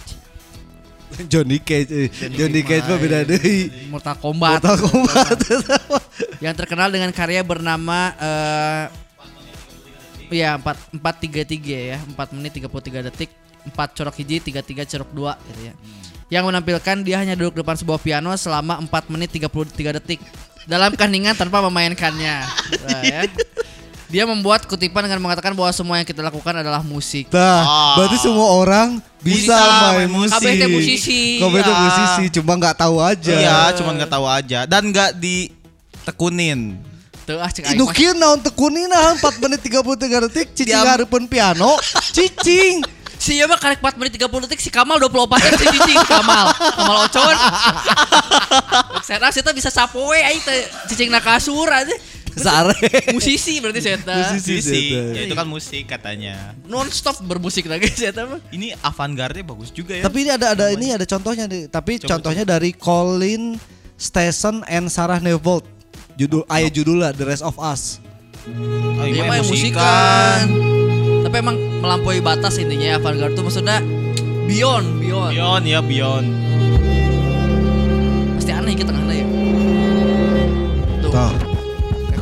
*laughs* Johnny Cage, eh. Johnny Cage mah iya, beda deui.
Mortal Kombat.
Mortal Kombat. *laughs*
yang terkenal dengan karya bernama eh ya 4 433 ya, 4 menit 33 detik, 4 corok hiji, 33 corok 2 gitu ya. Yang menampilkan dia hanya duduk depan sebuah piano selama 4 menit 33 detik dalam keheningan tanpa memainkannya. Nah, ya. Dia membuat kutipan dengan mengatakan bahwa semua yang kita lakukan adalah musik.
Nah,
Ah.
berarti semua orang bisa,
Bisa
main
main musik.
musik.
Kabeh teh musisi.
Kabeh teh
Iya.
musisi, cuma nggak tahu aja.
Iya, cuman nggak tahu aja dan nggak ditekunin.
Tuh ah cek aing mah.
Inukin naon tekunina 4 menit 33 detik cicing
Diam.
ngareupeun piano
*laughs*
cicing
Si Yama karek 4 menit 30 detik si Kamal 24 detik si cicing Kamal. Kamal Ocon. Saya kita bisa sapoe aing teh cicing na kasur aja.
sare
Musisi berarti saya
Musisi.
Sisi,
Zeta.
ya itu kan musik katanya.
non stop bermusik lagi saya mah.
Ini avant-garde bagus juga ya.
tapi ini ada ada ini ada contohnya nih tapi
Coba,
contohnya dari Colin Stetson and Sarah Neville judul ayah judulnya The Rest of Us
oh, iya,
Dia mah musikan. Tapi emang melampaui batas intinya ya avant-garde tuh maksudnya beyond beyond.
Beyond ya Beyond.
Pasti aneh gitu tengahnya ya. Tuh.
Tah.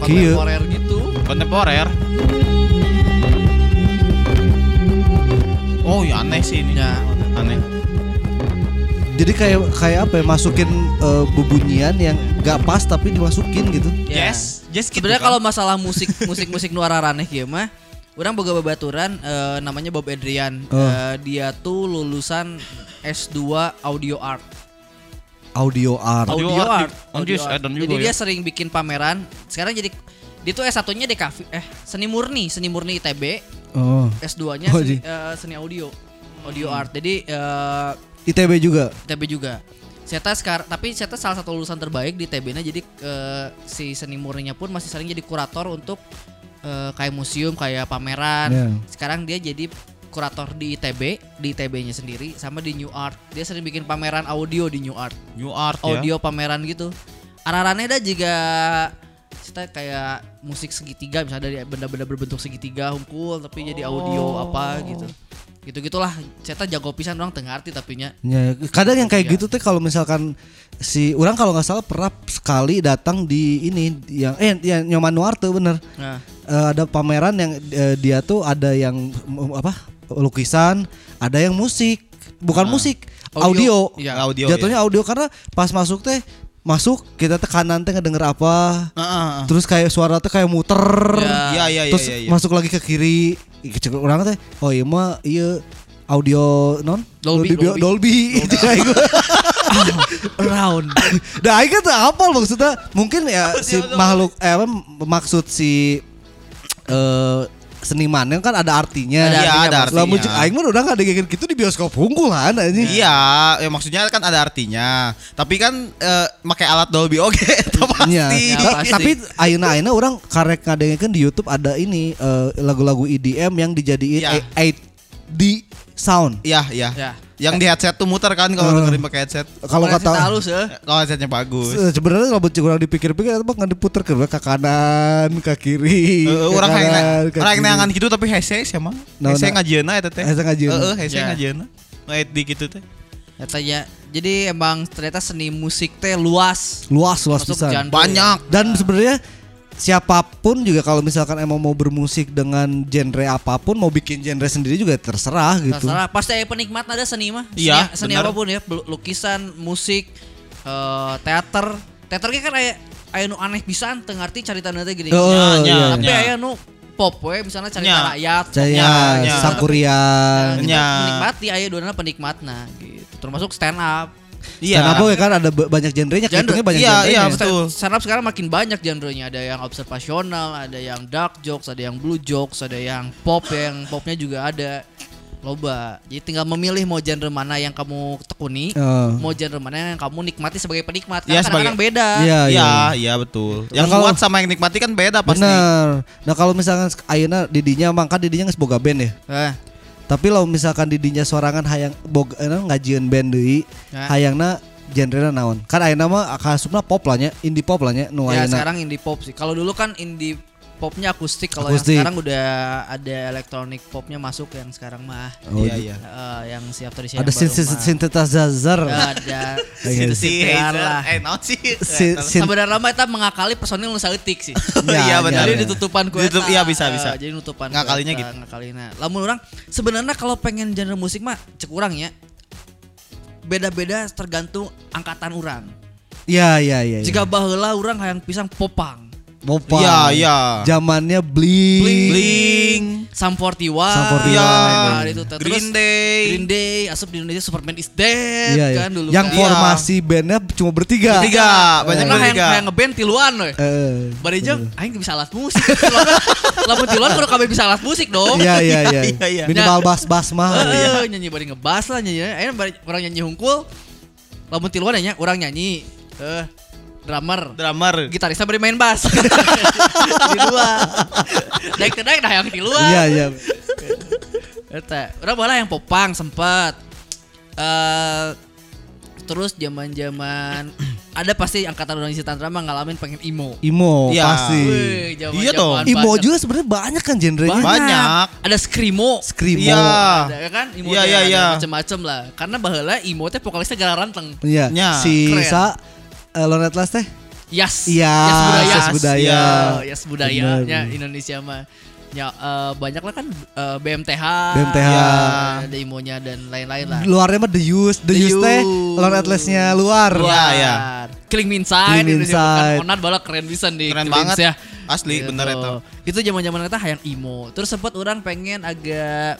Kayak kontemporer gitu.
Kontemporer. Oh ya aneh sih ini.
Ya.
Aneh.
jadi kayak kayak apa ya masukin eh, bebunyian yang nggak pas tapi dimasukin gitu
Ya.
Yes, yes gitu
Sebenarnya
kan.
kalau masalah musik musik musik nu araraneh kieu mah Orang boga babaturan eh, namanya Bob Adrian.
Oh.
Eh, dia tuh lulusan S2 Audio Art.
audio art
Audio
Audio,
art.
Art.
Audio art dan
Jadi
juga ya.
dia sering bikin pameran. Sekarang jadi dia tuh S1-nya DKV eh seni murni, seni murni ITB,
oh
S2-nya
Oh, di-
seni, eh, seni audio. Audio art. Jadi eh,
ITB juga
ITB juga. Seta sekarang tapi Seta salah satu lulusan terbaik di ITB-nya jadi eh, si seni murninya pun masih sering jadi kurator untuk eh, kayak museum, kayak pameran.
Iya.
Sekarang dia jadi kurator di ITB, di ITB-nya sendiri sama di New Art. Dia sering bikin pameran audio di New Art
new art ya.
audio pameran gitu. Ararannya ada juga kita kayak musik segitiga misalnya dari benda-benda berbentuk segitiga hunkul tapi jadi audio apa gitu. Gitu gitulah. Ceta jago pisan orang tengah arti tapi nya.
Ya, kadang yang kayak
Iya.
gitu tuh kalau misalkan si orang kalau nggak salah pernah sekali datang di ini yang eh yang Nyoman Nuarte bener
Nah,
Eh, ada pameran yang eh, dia tuh ada yang mm, apa lukisan, ada yang musik, bukan musik, audio.
Ah. Audio. Iya.
audio.
Jatuhnya audio karena pas masuk teh masuk kita teh kanan teh ngedenger apa,
ya. Ah, ah, ah.
terus kayak suara teh kayak muter.
Iya iya iya
Terus
iya. iya.
masuk lagi ke kiri, cek orang teh, oh iya mah iya audio non Dolby,
Dolby, Dolby.
Dolby. *laughs* Itu kayak gue.
round.
Nah, aing kan teu hafal maksudnya mungkin ya si makhluk eh apa maksud si eh seniman yang kan ada artinya.
Ada Iya, artinya, ada
Mas.
Lamun
artinya.
cek aing mah udah enggak digeger gitu di bioskop hungkulan anjing.
Iya, ya maksudnya kan ada artinya. Tapi kan eh pakai alat Dolby *laughs* oke, itu
Iya.
pasti.
Ya, pasti.
Tapi ayeuna-ayeuna orang karek ngadengekeun di YouTube ada ini eh, lagu-lagu EDM yang dijadiin
Iya.
A- 8D sound.
Iya, iya.
Ya.
Yang di headset tuh muter kan kalau
Eh.
dengerin pakai headset.
Kalau
Orang Ceta
kata
halus ya.
Kalau headsetnya bagus.
Se- sebenarnya kalau cek orang dipikir-pikir itu kan diputer ke ke kanan, ke kiri, ke
Eh, orang
kanan,
hayang na-
ke
orang hayang
kiri.
neangan gitu tapi hese sih mah.
Nah,
Hese
nah.
ngajieuna eta teh.
Hese ngajieuna.
Heeh, hese
Ya.
ngajieuna. Ngait di gitu teh.
Iya. Katanya. ya, Jadi emang ternyata seni musik teh luas.
Gitu.
luas luas
Masuk
pisan.
genre.
Banyak.
Dan sebenarnya siapapun juga kalau misalkan emang mau bermusik dengan genre apapun, mau bikin genre sendiri juga terserah gitu.
Terserah, pasti ada penikmat ada seni mah. Seni-
Iya,
seni,
benar.
apapun ya, bel- lukisan, musik, eh, teater. Teater ge kan aya aya nu aneh pisan teu ngerti carita teh gini.
Oh,
Nya,
iya.
nya.
Tapi aya nu pop we misalnya carita
Nya.
rakyat.
Saya
Ya, ya.
sakurian.
Kita
Nya.
menikmati aya dona penikmatna gitu. Termasuk stand up.
Iya.
Dan apa ya kan ada ba- banyak genrenya,
Genre,
kehitungnya banyak ya.
iya, iya,
genrenya.
betul.
Stand up sekarang makin banyak genrenya. Ada yang observasional, ada yang dark jokes, ada yang blue jokes, ada yang pop yang popnya juga ada. Loba. Jadi tinggal memilih mau genre mana yang kamu tekuni.
Eh,
mau genre mana yang kamu nikmati sebagai penikmat
Iya,
karena kadang-kadang beda
Iya, iya.
Iya, iya betul. Yang
Kalau-
kuat sama yang nikmati kan beda pasti.
Bener. Nah kalau misalkan Ayana didinya emang kan didinya nggak boga band ya.
Eh,
Tapi kalau misalkan didinya sorangan hayang boga eh, ngajieun band deui,
Ya.
hayangna genrena naon? ah, Kan Ayana mah kasupna pop lah nya, indie pop lah nya nu
ya
Ayana.
sekarang indie pop sih kalau dulu kan indie popnya akustik kalau yang
Akustik.
sekarang udah ada elektronik popnya masuk yang sekarang mah
Oh,
Iya iya.
Eh, yang si after Asia
Ada
yang baru
sintesis-
mah.
synthesizer.
Ya, ada
*laughs* Iya.
Si
sintesis Ya,
Hazel,
lah
eh naon sih?
Si- si-
Sebenarnya lama itu mengakali personil nusa eutik
*laughs*
sih.
Ya,
Iya
ya,
benar.
ya.
Jadi ditutupan ku
Ditutup,
eta.
iya, bisa, bisa.
Eh, Jadi nutupan ku
Ngakalinya
eta,
gitu.
Ngakalina. Lamun orang sebenarnya kalau pengen genre musik mah cek urang ya. Beda-beda tergantung angkatan orang.
Iya iya iya.
Jika baheula orang hayang pisang popang.
Bopa.
Iya, iya.
Zamannya bling.
Bling.
Sam 41.
Sam 41,
Ya,
iya.
itu tuh.
Green
Terus
Day.
Green Day, asup di Indonesia Superman is Dead
Iya, iya.
kan dulu
Yang
kan.
for-
formasi bandnya cuma bertiga.
Bertiga, iya. banyak
Karena hayang,
bertiga.
hayang ngeband tiluan we.
Eh,
Bari jeung aing teu bisa alat musik. *laughs* Lamun tiluan kudu kabeh bisa alat musik dong.
Iya iya
*laughs*
iya.
Ya,
Iya, iya.
Minimal bass-bass mah. Ya.
Heeh, Eh, nyanyi bari ngebas lah nyanyi. Ayeuna bari orang nyanyi hungkul. Lamun tiluan nya orang nyanyi. Eh, drummer.
Drummer.
Gitarisnya bari main bass. *laughs* Di dua. Daek teh daek dah yang di luar.
Iya iya.
Eta, orang bola yang popang sempat. Eh terus zaman-zaman *clears throat* ada pasti angkatan orang isi tantra mah ngalamin pengen emo.
Imo
Iya.
pasti.
Wih, zaman-zaman
Iya toh.
banget.
Imo juga sebenarnya banyak kan genrenya.
Banyak.
Ada screamo.
Screamo.
Iya.
Ah.
Ada ya kan emo
Iya,
teh
iya,
ada
iya.
macam-macam lah. Karena baheula emo teh vokalisnya gara ranteng.
Iya.
Nya.
Si
Keren.
Sa eh, Lonet Last teh.
Yas.
Iya,
Yas budaya.
Yas budaya.
Iya, Yas budayanya
Bener.
Indonesia mah. Ya eh, banyak lah kan eh, BMTH.
BMTH.
ya, ada imonya dan lain-lain lah.
Luarnya mah The Use, The,
The
Use teh
Used.
Lonet Last-nya luar.
Luar. Iya, iya.
Killing Me Inside,
Killing Me
Indonesia bukan
Inside.
Onan bala keren bisa di
Keren
Killing
banget.
ya.
Asli,
Gitu.
bener itu.
Itu zaman-zaman kita hayang emo. Terus sempat orang pengen agak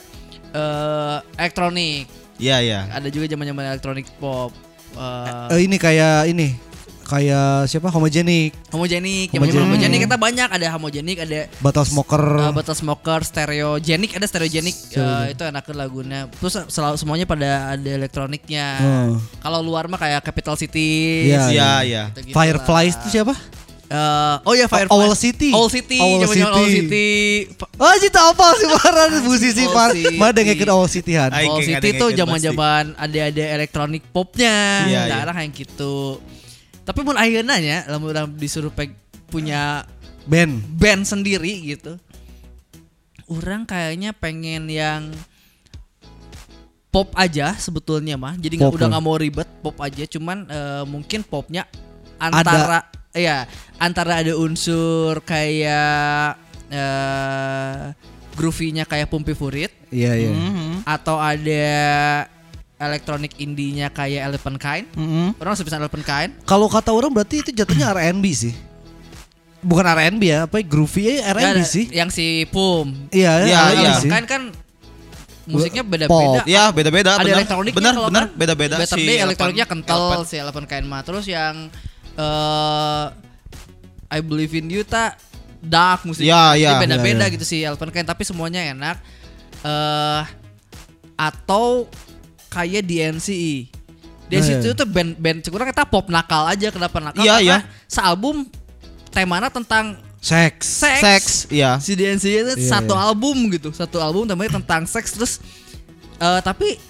eh, elektronik.
Iya, iya.
Ada juga zaman-zaman elektronik pop. eh,
Eh, ini kayak ini kayak siapa homogenik
homogenik,
Homogenik.
homogenik. homogenik kita banyak ada homogenik, ada
batal smoker
Uh, Batas Smoker, Stereogenic, ada Stereogenic uh, itu enakan lagunya. Terus selalu semuanya pada ada elektroniknya.
Hmm.
Kalau luar mah kayak Capital City.
Iya,
Iya, iya.
gitu-gitu
fireflies
lah.
itu siapa
Eh, oh ya Fireflies.
Owl City.
Owl City.
Owl
zaman-zaman Owl
City.
City.
Oh cita apa sih Maran musisi
All
Mar
City.
Mana dengerin All City Han
Ay. Aing
Owl
kayak
City
ngadengin
tuh
pasti.
zaman-zaman ada-ada elektronik popnya.
Iya,
Nah, orang yang gitu. Tapi mun ayeuna nya lamun orang disuruh peg- punya
Ben
band sendiri gitu. Orang kayaknya pengen yang pop aja sebetulnya mah. Jadi nggak
Pop
udah
lah.
nggak mau ribet pop aja. Cuman eh, mungkin popnya antara ya antara ada unsur kayak eh groovy-nya kayak Pumpi Furit
Iya iya
Mhm. atau ada elektronik indie-nya kayak Elephant Kind. Orang sebisa Elephant Kind.
Kalau kata orang berarti itu jatuhnya R&B sih Bukan R&B ya apa ya, groovy ya
Ya,
R&B sih
Yang si Pum.
Iya
Iya,
R&B
iya.
sih.
Kan kan musiknya beda-beda.
Pop.
Iya, beda-beda.
Ada
benar.
elektroniknya
benar,
kalau
benar,
kan.
beda-beda
Better
si
Day
Elephant-
elektroniknya kental
Elephant.
si Elephant Kain Ma. Terus yang eh I Believe in You tak dark musiknya.
Ya,
Jadi
ya, ya,
beda-beda
ya.
gitu si Elephant Kain tapi semuanya enak. Eh atau kayak DNCE. Di
Nah,
situ
ya.
E tuh band-band sekurang kita pop nakal aja kenapa
Oh,
nakal?
Iya,
Karena
iya.
sealbum temanya tentang
Seks
seks.
Seks, iya.
Si DNC itu
Iya,
satu
iya.
album gitu, satu album namanya tentang seks terus eh, tapi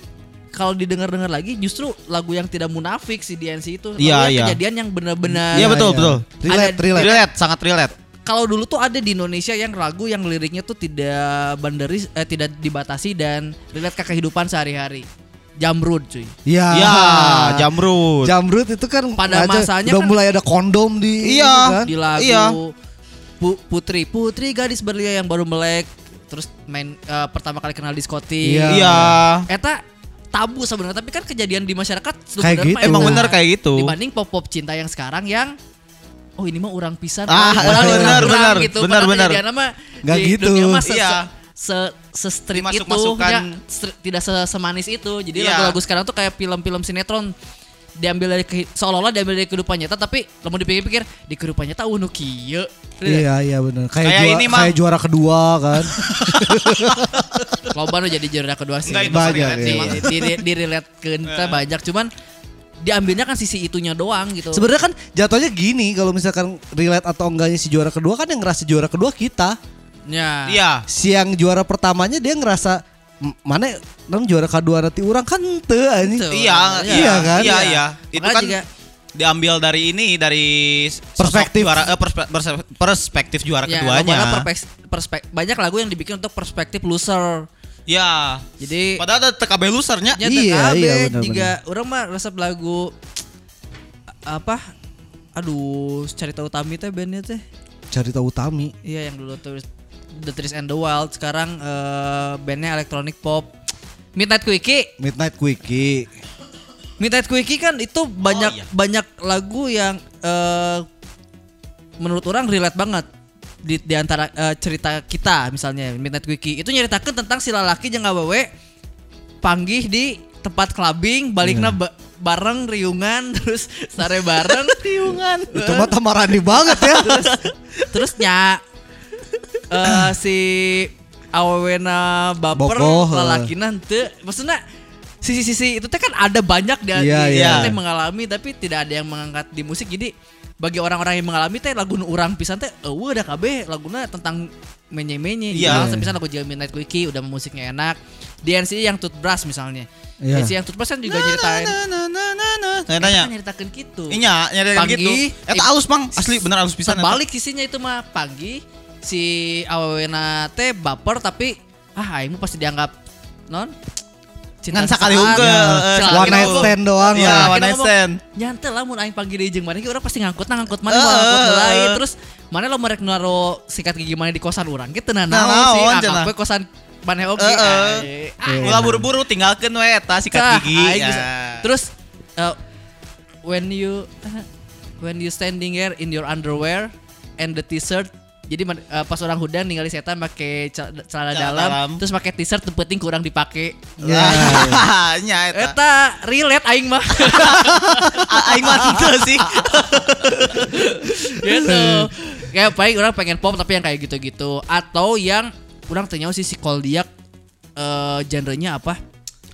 kalau didengar-dengar lagi justru lagu yang tidak munafik si DNC itu Lagu
Iya,
yang
iya.
kejadian yang benar-benar
Iya, betul,
Iya.
betul.
Relate
Ada-
relate
Relate, sangat relate.
kalau dulu tuh ada di Indonesia yang lagu yang liriknya tuh tidak banderi eh, tidak dibatasi dan relate ke kehidupan sehari-hari. Jamrud cuy.
Iya
Iya, jamrut.
Jamrut itu kan
Pada
aja
masanya
udah
kan-
mulai ada kondom di
Iya.
ini kan.
di lagu
Iya.
Pu- Putri, Putri gadis belia yang baru melek terus main eh, pertama kali kenal diskotik.
Iya.
Iya.
Eta tabu sebenarnya tapi kan kejadian di masyarakat
Kayak
sebenarnya
gitu.
mah
Emang
eta.
benar kayak gitu.
Iya. dibanding pop pop cinta yang sekarang yang oh ini mah orang pisan
Ah,
Padahal
benar,
orang-orang
benar,
gitu
benar,
Padahal
benar.
kejadiannya mah
Nggak
di
gitu.
dunia mah se,
Iya.
se, se, street itu
Dimasuk-masukkan.
ya, stri- tidak se- semanis itu jadi
Iya.
lagu-lagu sekarang tuh kayak film-film sinetron diambil dari kehi- seolah-olah diambil dari kehidupan nyata tapi lamun dipikir-pikir di kehidupan nyata unu kieu
Iya iya benar. Kayak
Kayak
jua-
ini, Mang.
kayak juara kedua kan.
Loba nu jadi juara kedua sih.
Enggak,
itu Banyak, relate
di,
sih, iya.
di, di, di relate ke kita banyak cuman diambilnya kan sisi itunya doang gitu.
Sebenarnya kan jatuhnya gini kalau misalkan relate atau enggaknya si juara kedua kan yang ngerasa juara kedua kita.
Ya.
Iya.
Si yang juara pertamanya dia ngerasa "M- mana nang juara kedua nanti orang kan teu anjing.
Betul.
Iya,
Iya kan?
Iya, iya. Itu
Makanya
kan
juga
diambil dari ini dari sosok
Perspektif.
juara eh, perspe- perse- perspektif juara
Ya,
keduanya.
bagaimana perpek- perspek- banyak lagu yang dibikin untuk perspektif loser.
Ya.
Jadi
Padahal ada TKB losernya.
nya
Iya,
iya,
iya, benar,
jika orang mah resep lagu apa? Aduh, cari tahu Tami teh bandnya teh.
Carita Utami.
Iya yang dulu tuh The Trees and the Wild sekarang eh, bandnya electronic pop. Midnight Quickie,
Midnight Quickie.
Midnight Quickie kan itu banyak
iya.
banyak lagu yang eh, menurut orang relate banget di, di antara eh, cerita kita misalnya Midnight Quickie itu nyeritakan tentang si lalaki jeung awewe panggih di tempat clubbing baliknya ba- bareng riungan *laughs* terus sare bareng riungan
Itu mah tamarandi banget ya.
terus nya eh, si awewena baper
Bogoh, eh.
lalakina henteu maksudnya sisi-sisi itu teh kan ada banyak dia
Iya,
di-
iya.
teh mengalami tapi tidak ada yang mengangkat di musik jadi bagi orang-orang yang mengalami teh lagu nu urang pisan teh eueuh da kabeh laguna tentang menye-menye
Iya.
Jadi, misalnya lagu Jail Midnight Quickie udah musiknya enak DNC yang Toothbrush misalnya
Iya.
DNC yang Toothbrush kan juga nyeritain
Na, na, na, na, na. Saya
Eta
tanya.
kan nyeritakan gitu
Inya nyari yang
Panggi, Eh,
gitu. Eta
i-
alus mang, asli bener alus pisan. eta.
Terbalik sisinya itu mah pagi si awewena teh baper tapi ah aing mah pasti dianggap non
Ngan sakali
sesaat.
unggul, eh,
Cila-
One
laki
night
dulu.
stand doang
Iya,
lah.
one night stand.
Nyantai lah mun aing panggil di jeung mana ge urang pasti ngangkut nah ngangkut mana
Eh,
mau ngangkut
eh,
helai.
eh.
terus mana lo merek naro sikat gigi mana di kosan urang ge teu
Nah,
nanaon sih
naon
anggap
cenah.
we kosan mana oge
Eh, eh.
ai.
Ulah buru-buru tinggalkeun we eta
Cah,
sikat gigi.
Iya. aing bisa.
Ya.
Terus uh, when you *laughs* when you standing here in your underwear and the t-shirt jadi man- uh, pas orang hudan ninggali setan pakai cel-
Celana
celana dalam,
dalam.
terus pakai t-shirt yang penting kurang dipake.
Ya.
*laughs* Nya eta.
Eta relate aing
*laughs*
mah.
A- Aing mah teu *laughs* sih.
gitu. Kayak paling orang pengen pop tapi yang kayak gitu-gitu atau yang orang tanya sih si Koldiak eh genrenya apa?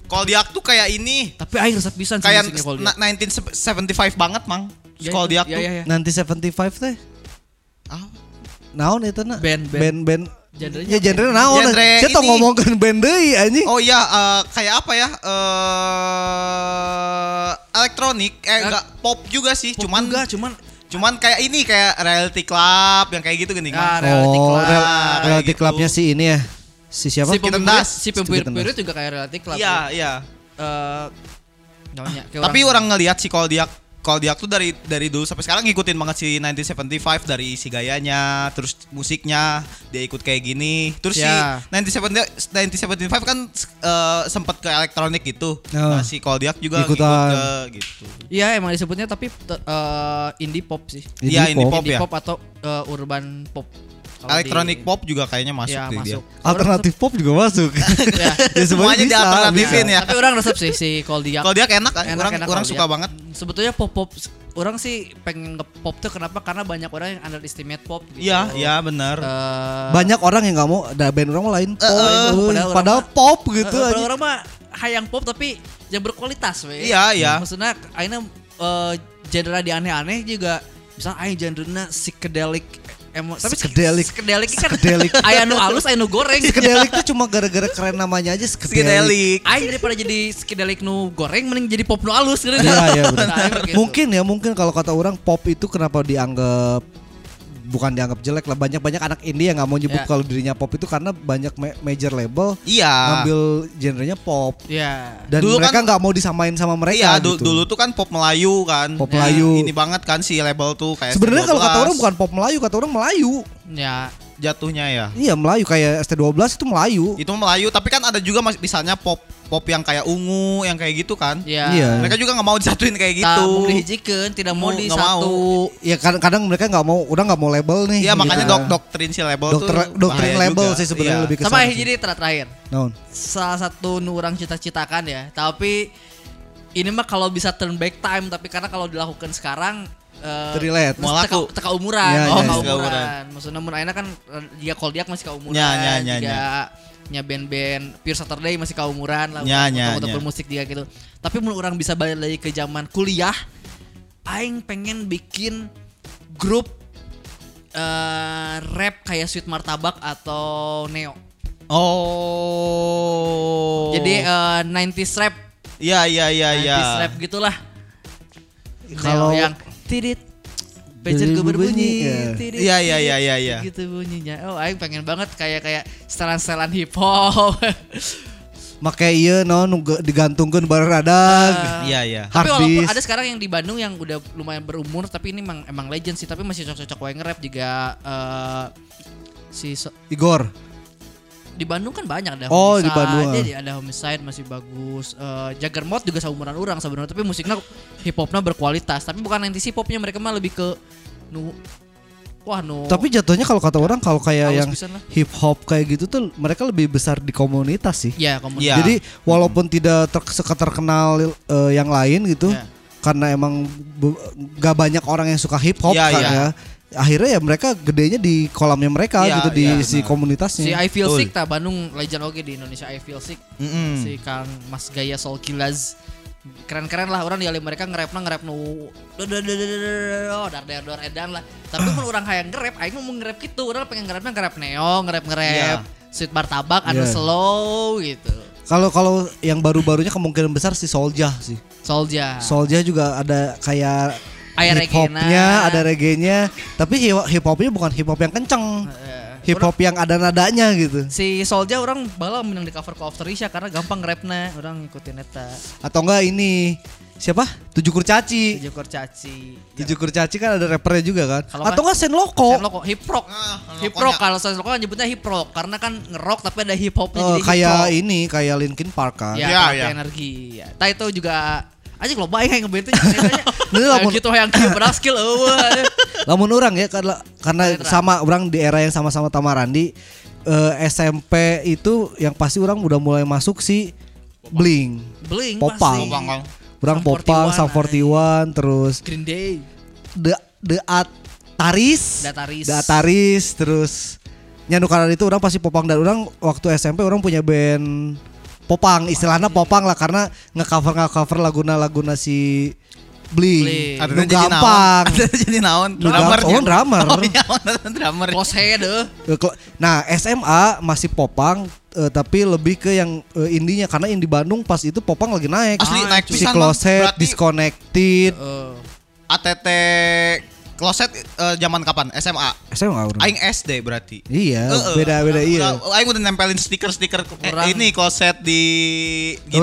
Kalau dia tuh kayak ini,
Tapi aing resep pisan sih
kayak
musiknya
na-
Koldiak.
1975 banget mang.
Ya,
Kalau dia tuh.
ya, ya, ya.
Nanti 75 teh.
Ah,
Naon itu na?
Band,
band.
band.
band.
Genrenya
Ya
apa?
genre naon?
Genre
Saya tau
ini.
ngomongkan band deui anjing.
Oh iya, eh, kayak apa ya? Eh elektronik, eh
Eh,
enggak pop juga sih,
Pop
cuman
juga, cuman
cuman kayak ini kayak reality club yang kayak gitu gini.
Ah,
Mang.
reality
Oh,
club.
real- reality
gitu.
clubnya si ini ya. Si siapa?
si
Kita
pemimpin
das.
si pemimpin
Kita das.
Peru juga kayak relatif lah.
Iya, iya.
Eh, nyonya, kayak
Tapi orang ngelihat si kalau dia kalau dia tuh dari dari dulu sampai sekarang ngikutin banget si 1975 dari si gayanya, terus musiknya dia ikut kayak gini. Terus
Ya.
si 1975 1975 kan eh, sempat ke elektronik gitu.
Oh.
Nah, si Koldiak juga
Ikutan.
ngikut ke gitu.
Iya emang disebutnya tapi te- eh, indie pop sih.
Iya,
Indie
indie
pop.
pop,
Indie
ya.
pop atau eh, urban pop. Kalau di-
Elektronik pop juga kayaknya masuk
ya,
deh dia.
masuk.
Alternatif pop juga masuk.
*laughs*
*laughs* Ya,
*laughs*
Ya.
semuanya
Semuanya
bisa,
dialternatifin
bisa.
ya.
Iya. Tapi orang resep sih si
*laughs*
Koldiak.
Kalau dia enak, kan?
Enak,
orang
enak
orang
kalau
suka
dia.
banget.
Sebetulnya pop pop orang sih pengen nge pop tuh kenapa? Karena banyak orang yang underestimate pop. Gitu.
Iya, iya benar.
Eh,
Banyak orang yang nggak mau ada band orang lain pop,
eh,
euy.
padahal orang
padahal
mah-
pop gitu
Eh,
anjing.
orang mah hayang pop tapi yang berkualitas we.
Iya, iya.
Maksudnya aina eh, genre di aneh-aneh juga misalnya aing genrena psychedelic emo tapi
Psychedelic.
psychedelic kan *laughs*
Psychedelic.
aya nu alus aya nu goreng
Skedelik tuh cuma gara-gara keren namanya aja skedelik.
Psychedelic.
aing daripada jadi psychedelic nu goreng mending jadi pop nu alus gitu
Iya, iya, bener.
*laughs* Nah, aing mah gitu.
Mungkin ya, mungkin kalau kata orang pop itu kenapa dianggap bukan dianggap jelek lah banyak-banyak anak indie yang nggak mau nyebut
Ya.
kalau dirinya pop itu karena banyak ma- major label
Iya.
ngambil genrenya pop
Iya.
dan
Dulu
mereka
kan-
nggak mau disamain sama mereka
Iya, du-
gitu.
dulu tuh kan pop Melayu kan.
Pop Melayu.
Ini banget kan si label tuh kayak
Sebenarnya kalau kata
ST12.
orang bukan pop Melayu, kata orang Melayu.
Ya.
jatuhnya ya.
Iya Melayu kayak ST12 itu Melayu.
Itu Melayu, tapi kan ada juga mas- misalnya pop pop yang kayak ungu, yang kayak gitu kan.
Ya.
Iya.
Mereka juga nggak mau disatuin kayak
Tak
gitu.
mau dihijikeun, tidak mau
Mau,
di
nggak mau.
satu.
Ya kadang, kadang mereka nggak mau, udah nggak mau label nih.
Iya, makanya
Gitu.
dok doktrin si label
dokter
tuh.
doktrin
bahaya
label
juga.
sih sebenarnya
Iya.
lebih ke
Sama
sana
eh,
sih.
jadi terakhir.
Naon?
salah satu nu orang cita-citakan ya. Tapi ini mah kalau bisa turn back time, tapi karena kalau dilakukan sekarang eh,
Relate.
mas-
Mau laku.
teka- teka umuran,
Ya,
oh,
ya,
teka
ya.
umuran. Maksudnya mun ayeuna kan eh, jika Koldiak masih ka umuran,
Ya, ya, ya,
jika nya band-band Pure Saturday masih ka umuran lah,
Ya, ya,
untuk
ya.
musik juga gitu. Tapi mun orang bisa balik lagi ke zaman kuliah, aing pengen bikin grup eh, rap kayak Sweet Martabak atau Neo.
Oh.
Jadi eh, 90s rap
Iya, iya, iya, iya.
90s rap gitulah.
Kalau-
yang tidit pager gue berbunyi
Iya.
tidit,
Iya, iya,
tidit,
iya, iya, iya.
gitu bunyinya oh aing pengen banget kayak kayak setelan-setelan hip hop
Make iya no nu ge- digantungkeun bareng radang.
Iya, iya.
*laughs* tapi
Hard
walaupun
disk.
ada sekarang yang di Bandung yang udah lumayan berumur tapi ini emang, emang legend sih tapi masih cocok-cocok wae nge-rap juga eh, si so-
Ah.
Igor.
di Bandung kan banyak ada
Oh, di Bandung.
jadi ada homicide masih bagus Eh, Jagger Mod juga seumuran orang sebenarnya tapi musiknya hip hopnya berkualitas tapi bukan anti hip hopnya mereka mah lebih ke nu wah
Oh.
nu
Tapi jatuhnya kalau kata orang kalau kayak
halus
yang
pisan lah.
hip hop kayak gitu tuh mereka lebih besar di komunitas sih.
ya komunitas
Iya.
Jadi walaupun tidak ter terkenal eh, yang lain gitu
Ya.
karena emang be- gak banyak orang yang suka hip hop
Ya,
kan
ya.
ya. Akhirnya ya mereka gedenya di kolamnya mereka
Ya,
gitu di
ya,
si
benar.
komunitasnya.
si I Feel
Betul.
Sick tah Bandung legend oke di Indonesia I Feel Sick
Mm-mm.
si Kang Mas Gaya Soul Killers keren-keren lah orang dialih mereka nge-rap na nge-rap nu oh dar dar dar edan lah tapi mun orang hayang nge-rap aing mau nge-rap gitu orang pengen nge-rapnya nge-rap neo nge-rap nge-rap sweet martabak anu
Iya.
slow gitu
Kalau kalau yang baru-barunya kemungkinan besar si Soljah sih.
Ah.
Solja
Soljah juga ada kayak
Aya
hip hopnya,
reggae-na.
ada reggae-nya, tapi hi- hip hopnya bukan hip hop yang kenceng,
Nah.
hip hop yang ada nadanya gitu.
Eh, si Solja orang bala menang di cover ku Afterisha karena gampang nge-rapna orang ngikutin eta
Atau enggak ini siapa? Tujuh Kurcaci.
Jokor Caci
Tujuh Kurcaci kan ada rappernya juga kan?
Kalau
Atau
kan-
enggak Sen Loko?
Sen Loko, hip rock.
Ah,
hip
Lokonya.
rock kalau Sen Loko kan nyebutnya hip rock karena kan ngerok tapi ada hip hopnya
Eh,
jadi hip rock.
kayak ini, kayak Linkin Park kan.
Ya,
Ya,
ya,
ya.
energi. Ya. Tah itu juga aja kalau baik yang ngebentuk
*laughs* Bener lah, mun-
gitu yang padahal skill
*laughs*
eueuh.
Lamun orang ya karena, karena
Lain
sama orang di era yang sama-sama Tamarandi eh, SMP itu yang pasti orang udah mulai masuk si Bling.
Bling
Popang.
pasti.
Popang.
Orang
Sum
Popang,
41,
Sam 41, terus
Green Day.
The The Ataris.
Dataris.
The Ataris, terus Nyanu karena itu orang pasti Popang dan orang waktu SMP orang punya band Popang, istilahnya Popang lah karena ngecover ngecover laguna-laguna si Bling.
Bling.
Nu
Artinya jadi *laughs*
gampang. *laughs*
naon? Artinya jadi naon?
Nu gampang. Oh,
Drummernya.
drummer.
*laughs* Oh, iya, mantan drummer.
Close head eh.
Eh, kelo- Nah SMA masih popang eh, tapi lebih ke yang eh, indinya karena indie Bandung pas itu popang lagi naik.
Asli, naik
si
pisan,
Closet,
Bang. Berarti-
Disconnected,
Eh,
ATT kloset eh, zaman kapan? SMA.
SMA urang.
Aing SD berarti.
Hmm. Iya,
Heeh.
beda-beda iya.
Udah, Aing udah nempelin stiker-stiker eh,
Orang-
ini kloset di gitar.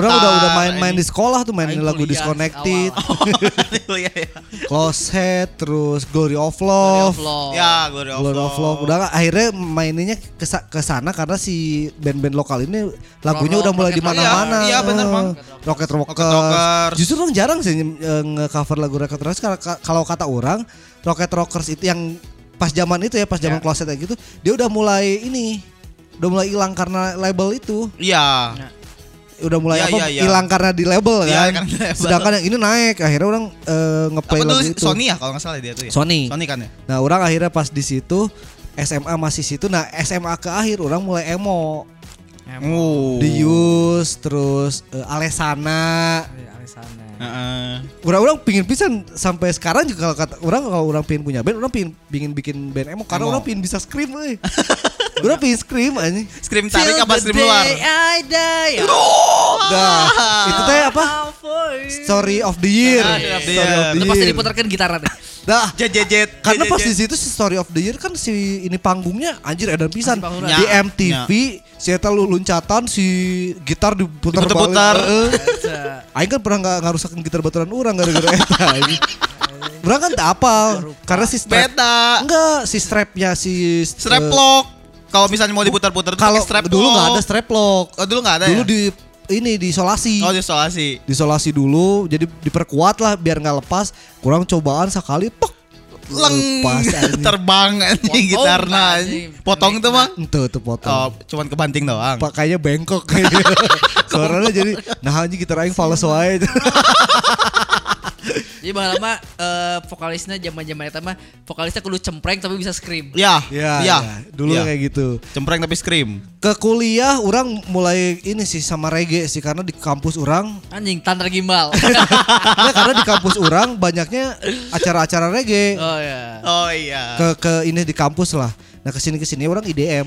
Ya Orang udah udah main-main
*laughs*
di sekolah tuh mainin
Aing
lagu
kuliah
Disconnected,
awal.
Iya, iya.
Closet, terus Glory of
Glory of
Love.
Love.
Ya, gue udah
Oh. Glory of Love. Udah nggak, akhirnya maininnya ke kesana karena si band-band lokal ini lagunya
Rock,
udah mulai
Rocket
di mana-mana.
Rockers. Iya, iya, bener, Bang.
Eh, Rocket Rockers.
Rocket Rockers.
Justru orang jarang sih eh, nge-cover lagu Rocket Rockers karena ka- kalau kata orang Rocket Rockers itu yang pas zaman itu ya, pas zaman kloset kayak gitu, dia udah mulai ini udah mulai hilang karena label itu
Iya.
udah mulai
Iya,
apa
iya, iya.
hilang karena di label
Iya,
kan
karena di label.
sedangkan yang ini naik akhirnya orang eh, ngeplay
Apa dulu
lagu itu
Sony ya kalau nggak salah dia tuh ya.
Sony.
Sony kan ya.
Nah orang akhirnya pas di situ SMA masih situ. Nah SMA ke akhir orang mulai emo.
Oh.
Dius terus eh, Alesana.
Ya, Alessandra.
Heeh.
Orang-orang pingin pisan sampai sekarang juga kalau kata orang kalau orang pingin punya band, orang pingin, pingin bikin band emo karena
Emo.
orang pingin bisa scream euy. orang pingin scream anjing.
Scream tarik
Till
apa
the
scream luar?
day I die.
Nah, itu teh apa?
I'll fall.
Story of the year.
Story of the
Story of
year.
the
Lepas
year.
diputarkan gitaran.
Dah.
Jejejet.
Karena pas di
jejejet.
situ si Story of the Year kan si ini panggungnya anjir edan pisan
Anjir, panggung
di
orang.
MTV
Ya.
si eta lu loncatan si gitar diputar
Diputer-puter.
eh. Aing kan pernah nggak ngarusakin gitar baturan orang gara-gara eta. anjing. Orang kan tak apal karena si strap
beta.
enggak si strapnya si eh,
Strap lock. Kalau misalnya mau diputar-putar tuh
Kalau
pakai strap
dulu nggak
lock.
ada strap lock.
Oh, dulu nggak ada
dulu
ya?
di ini diisolasi.
Oh, disolasi.
Diisolasi dulu jadi diperkuat lah biar nggak lepas. Kurang cobaan sekali tok
Leng
lepas
*laughs*
anjing.
terbang anjing
Potong
gitarna
lah,
anjing.
anjing.
Potong tuh, Bang.
Ente tuh potong.
Oh, cuman kebanting doang.
pakainya bengkok *laughs* kayaknya. Suaranya jadi nah anjing gitar aing fales wae.
Jadi bahala mah eh, vokalisnya zaman-zaman eta mah vokalisnya kudu cempreng tapi bisa scream.
Ya,
ya,
ya.
ya, dulu
ya.
kayak gitu.
Cempreng tapi scream.
Ke kuliah orang mulai ini sih sama reggae sih karena di kampus orang *laughs*
Anjing tantra gimbal. Oh,
Nggak, karena di kampus orang banyaknya acara-acara reggae
oh ya.
Oh iya.
ke ke ini di kampus lah. Nah kesini kesini orang IDM.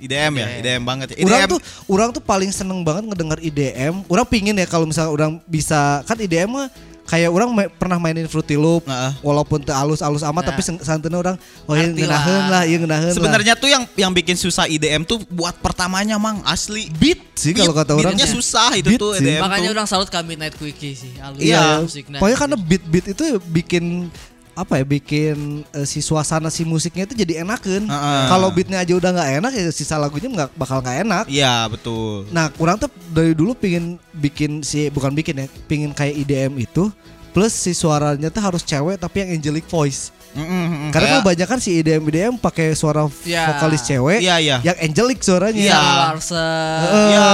IDM ya, IDM banget ya.
Orang
IDM.
tuh orang tuh paling seneng banget ngedengar IDM. Orang pingin ya kalau misalnya orang bisa kan IDM mah kayak orang ma- pernah mainin Fruity Loop
Heeh.
walaupun teu alus-alus amat
Nah.
tapi sen- santeuna orang oh iya
Arti lah.
ngeunaheun lah, iya ngeunaheun lah.
Sebenarnya tuh yang yang bikin susah IDM tuh buat pertamanya mang asli beat
Sih, kalau kata orang. Iya.
beatnya susah itu
Beat
tuh
sih.
IDM
Makanya
tuh.
orang salut ke Midnight Quickie sih. Alus
Iya,
musiknya.
pokoknya karena beat-beat itu bikin apa ya bikin eh, si suasana si musiknya itu jadi enakan.
Heeh.
Kalau beatnya aja udah nggak enak ya sisa lagunya nggak bakal nggak enak.
Iya betul.
Nah kurang tuh dari dulu pingin bikin si bukan bikin ya, pingin kayak IDM itu plus si suaranya tuh harus cewek tapi yang angelic voice. Karena
Kayak-
kebanyakan si IDM IDM pakai suara
Ya.
vokalis cewek
Iya, iya.
yang angelic suaranya.
Iya.
Sarah Larson,
Iya.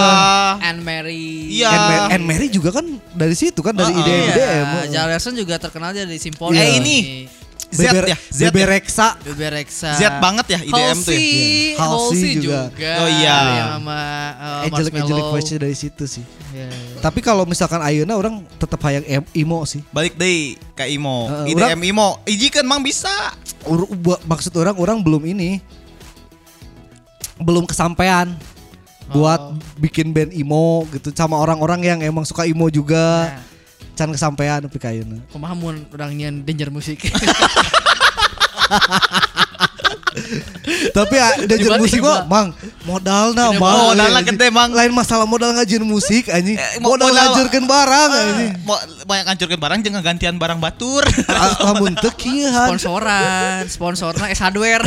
Anne Mary.
Iya.
And, Ma- and Mary juga kan dari situ kan dari
Heeh. Ya,
IDM
Iya,
IDM.
Sarah Larson juga terkenal dari Simpoli.
Eh, ini. Z
Beber,
ya, Z
Bebe
ya.
Rexha.
Bebe Rexha.
Z banget ya IDM tuh. Ya.
Halsey,
Iya. Halsey
Halsey juga.
juga.
Oh, iya.
Yang sama
Ah,
uh,
Angelic Angelic
Marshmello.
voice dari situ sih.
Iya, iya.
Tapi kalau misalkan Ayuna orang tetap hayang em- emo sih.
Balik deh ke Imo.
Heeh,
IDM Imo. Iji kan mang bisa.
Ur- bu- maksud orang orang belum ini belum kesampaian buat
Oh.
bikin band emo gitu sama orang-orang yang emang suka emo juga.
Nah.
Can kesampaian tapi gitu. ka ayeuna.
Kumaha mun urang nyian danger musik.
Tapi ah, dan
Tiba-tiba.
jeung musik mah mang modalna mang.
Gede
banget. Modalna gede, Mang.
Lain masalah modal ngajeun musik anjing.
Eh, mo-
modal
modal- Ah.
ngajurkeun barang anjing.
Mau banyak hancurkan barang jangan gantian barang batur. *laughs*
Ah, Lamun teu kieu Han.
Sponsoran, sponsornya S Hardware.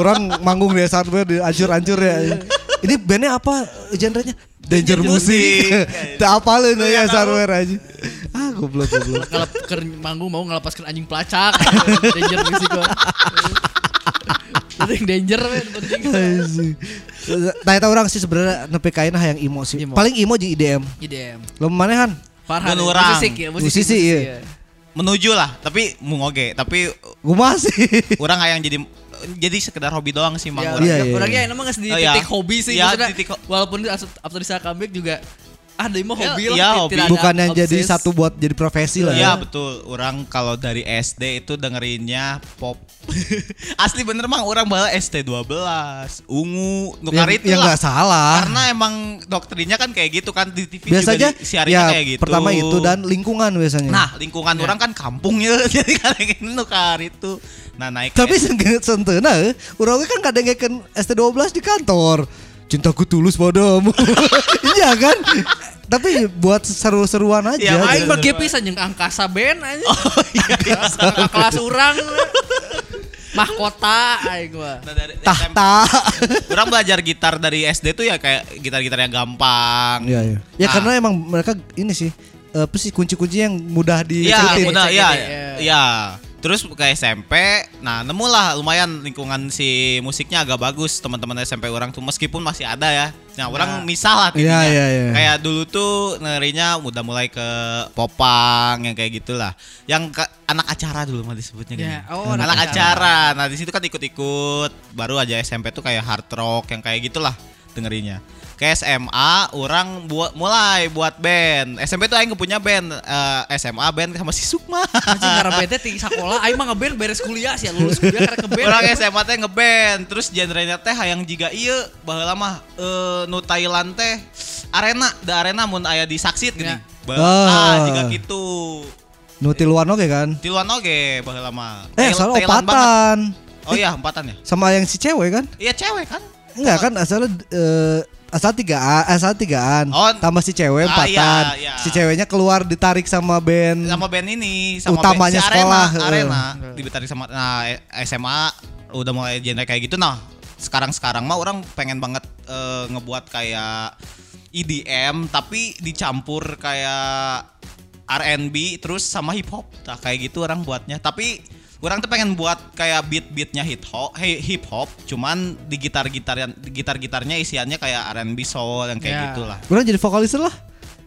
orang manggung di hardware di ancur-ancur ya. Ini bandnya apa genrenya? Danger
Danger
musik.
Music.
*laughs*
Iya,
Tak apa lu ya hardware aja. Ah goblok goblok.
Ngelep ke manggung mau ngelepaskan anjing pelacak. danger musik kok. Penting danger men, penting.
Anjing. Nah itu orang sih sebenarnya nepi kain yang emo sih.
Emo.
Paling emo jeung IDM.
IDM.
Lo mana Han?
Iya, Farhan
Dan orang.
musik ya, musik.
Musisi, iya.
ya.
Menuju lah, tapi mung oge, tapi
Gue masih.
orang yang jadi jadi sekedar hobi doang sih mang
Ya,
urang.
Iya,
orang
iya,
orang
iya.
ya emang nggak di
Oh, iya.
titik hobi sih
Iya,
maksudnya.
titik ho-
walaupun dia abs- abis dari saat comeback juga ah deh mah hobi
Iya,
lah.
iya,
tidak-
hobi.
tidak ada
Bukan yang jadi
obses.
satu buat jadi profesi lah. Ya.
Iya betul. Orang kalau dari SD itu dengerinnya pop. *laughs* Asli bener mang orang bala SD 12, ungu, nu
Yang,
karitulah.
yang nggak salah.
Karena emang doktrinnya kan kayak gitu kan di TV
biasanya
juga di, siarinnya
ya
kayak gitu.
pertama itu dan lingkungan biasanya.
Nah, lingkungan
Iya.
orang kan kampungnya *laughs* jadi karek nu karitu. Nah, naik
Tapi *laughs*
S-
sengkeut sentena eh. Urang we kan kadengekeun ST12 di kantor. Cintaku tulus padamu. *laughs* Iya kan? Tapi buat seru-seruan aja.
Ya,
gitu.
Aing mah ge pisan jeung angkasa band aja. Iya, Oh iya. Kelas urang. Mahkota aing mah.
nah, dari SMP
*laughs* Tahta.
orang belajar gitar dari SD tuh ya kayak gitar-gitar yang gampang.
*laughs* Iya, iya. Ya
Ah.
karena emang mereka ini sih eh, apa sih kunci-kunci yang mudah di
Iya,
Ikutin,
benar,
ikutin,
iya,
iya.
iya. Terus ke SMP, nah nemulah lumayan lingkungan si musiknya agak bagus teman-teman SMP orang tuh meskipun masih ada ya. Nah, orang misah lah
Iya,
tidinya.
iya, iya.
Kayak dulu tuh ngerinya udah mulai ke popang yang kayak gitulah. Yang ke- anak acara dulu mah disebutnya
Ya,
gini.
oh,
anak,
anak
acara. Nah, di situ kan ikut-ikut. Baru aja SMP tuh kayak hard rock yang kayak gitulah dengerinnya. Ke SMA orang buat mulai buat band. SMP tuh aing punya band eh, SMA band sama si Sukma. *laughs*
Anjing karena band tinggi sekolah, aing mah ngeband beres kuliah sih, lulus kuliah karena ke
Orang
band.
SMA teh ngeband, terus genrenya teh hayang jiga iya baheula mah eh, nu Thailand teh arena, da arena mun aya di saksit gini.
Ya.
Baheula-
Ah.
ah, jiga gitu.
Nuti luar oke kan?
Tiluan oge baheula mah.
Eh,
Thail-
soalnya
Thailand banget.
opatan.
Oh iya, empatan ya.
Sama yang si cewek kan?
Iya cewek kan?
Enggak kan asalnya eh, asal tiga eh, asal tigaan
Oh.
tambah si cewek
Ah,
empatan
iya, iya.
si ceweknya keluar ditarik sama band
Sama band ini, sama
Utamanya
band, si
sekolah,
Arena,
eh.
Arena. Dibetarik sama nah e- SMA udah mulai genre kayak gitu nah. Sekarang-sekarang mah orang pengen banget eh, ngebuat kayak EDM tapi dicampur kayak R&B terus sama hip hop. Nah, kayak gitu orang buatnya. Tapi orang tuh pengen buat kayak beat-beatnya hip hop, hip hop, cuman di gitar-gitaran gitar-gitarnya isiannya kayak R&B soul yang kayak
Ya.
gitulah.
Orang jadi vokalis lah.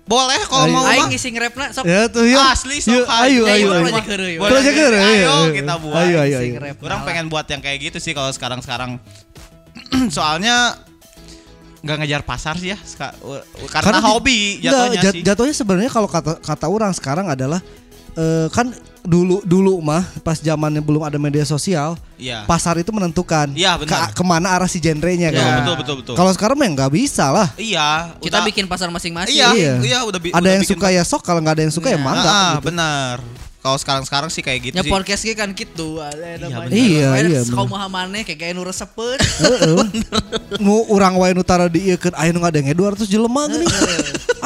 Boleh kalau
Ayo.
mau
Aing
Bang.
ngisi nge-rapna sok.
Ya tuh ya.
Asli sok Iya,
Yuk, ayo
Ya,
ayo.
yuk,
ayo.
project heureuy,
Boleh,
Project heureuy,
ayo,
ayo, ayo.
kita buat.
Ayo ayo.
Sing
ayo.
rap.
Orang pengen buat yang kayak gitu sih kalau sekarang-sekarang. *clears throat* Soalnya nggak ngejar pasar sih ya seka- u- u- karena,
di-
hobi
Nggak,
jatuhnya
jat-
sih.
Jatuhnya sebenarnya kalau kata kata orang sekarang adalah eh, kan dulu dulu mah pas zamannya belum ada media sosial,
Iya.
pasar itu menentukan
Iya, benar.
ke- kemana arah si genrenya
Ya,
kan.
betul betul betul.
Kalau sekarang mah ya nggak bisa lah.
iya,
Kita
udah-
bikin pasar masing-masing.
Iya,
Iya.
iya, udah bi-
ada
udah
yang
bikin-
suka ya sok, kalau nggak ada yang suka ya
Nah,
mangga.
Ah,
gitu.
benar. Kalau sekarang-sekarang sih kayak gitu
Nya
sih.
podcast ge kan gitu. Iya,
bener.
Iya, iya,
Kau
bener.
maha maneh kayak kayak nu resepeut.
Heeh. Nu urang wae nu tara dieukeun aya nu ngadenge 200 jelema gini.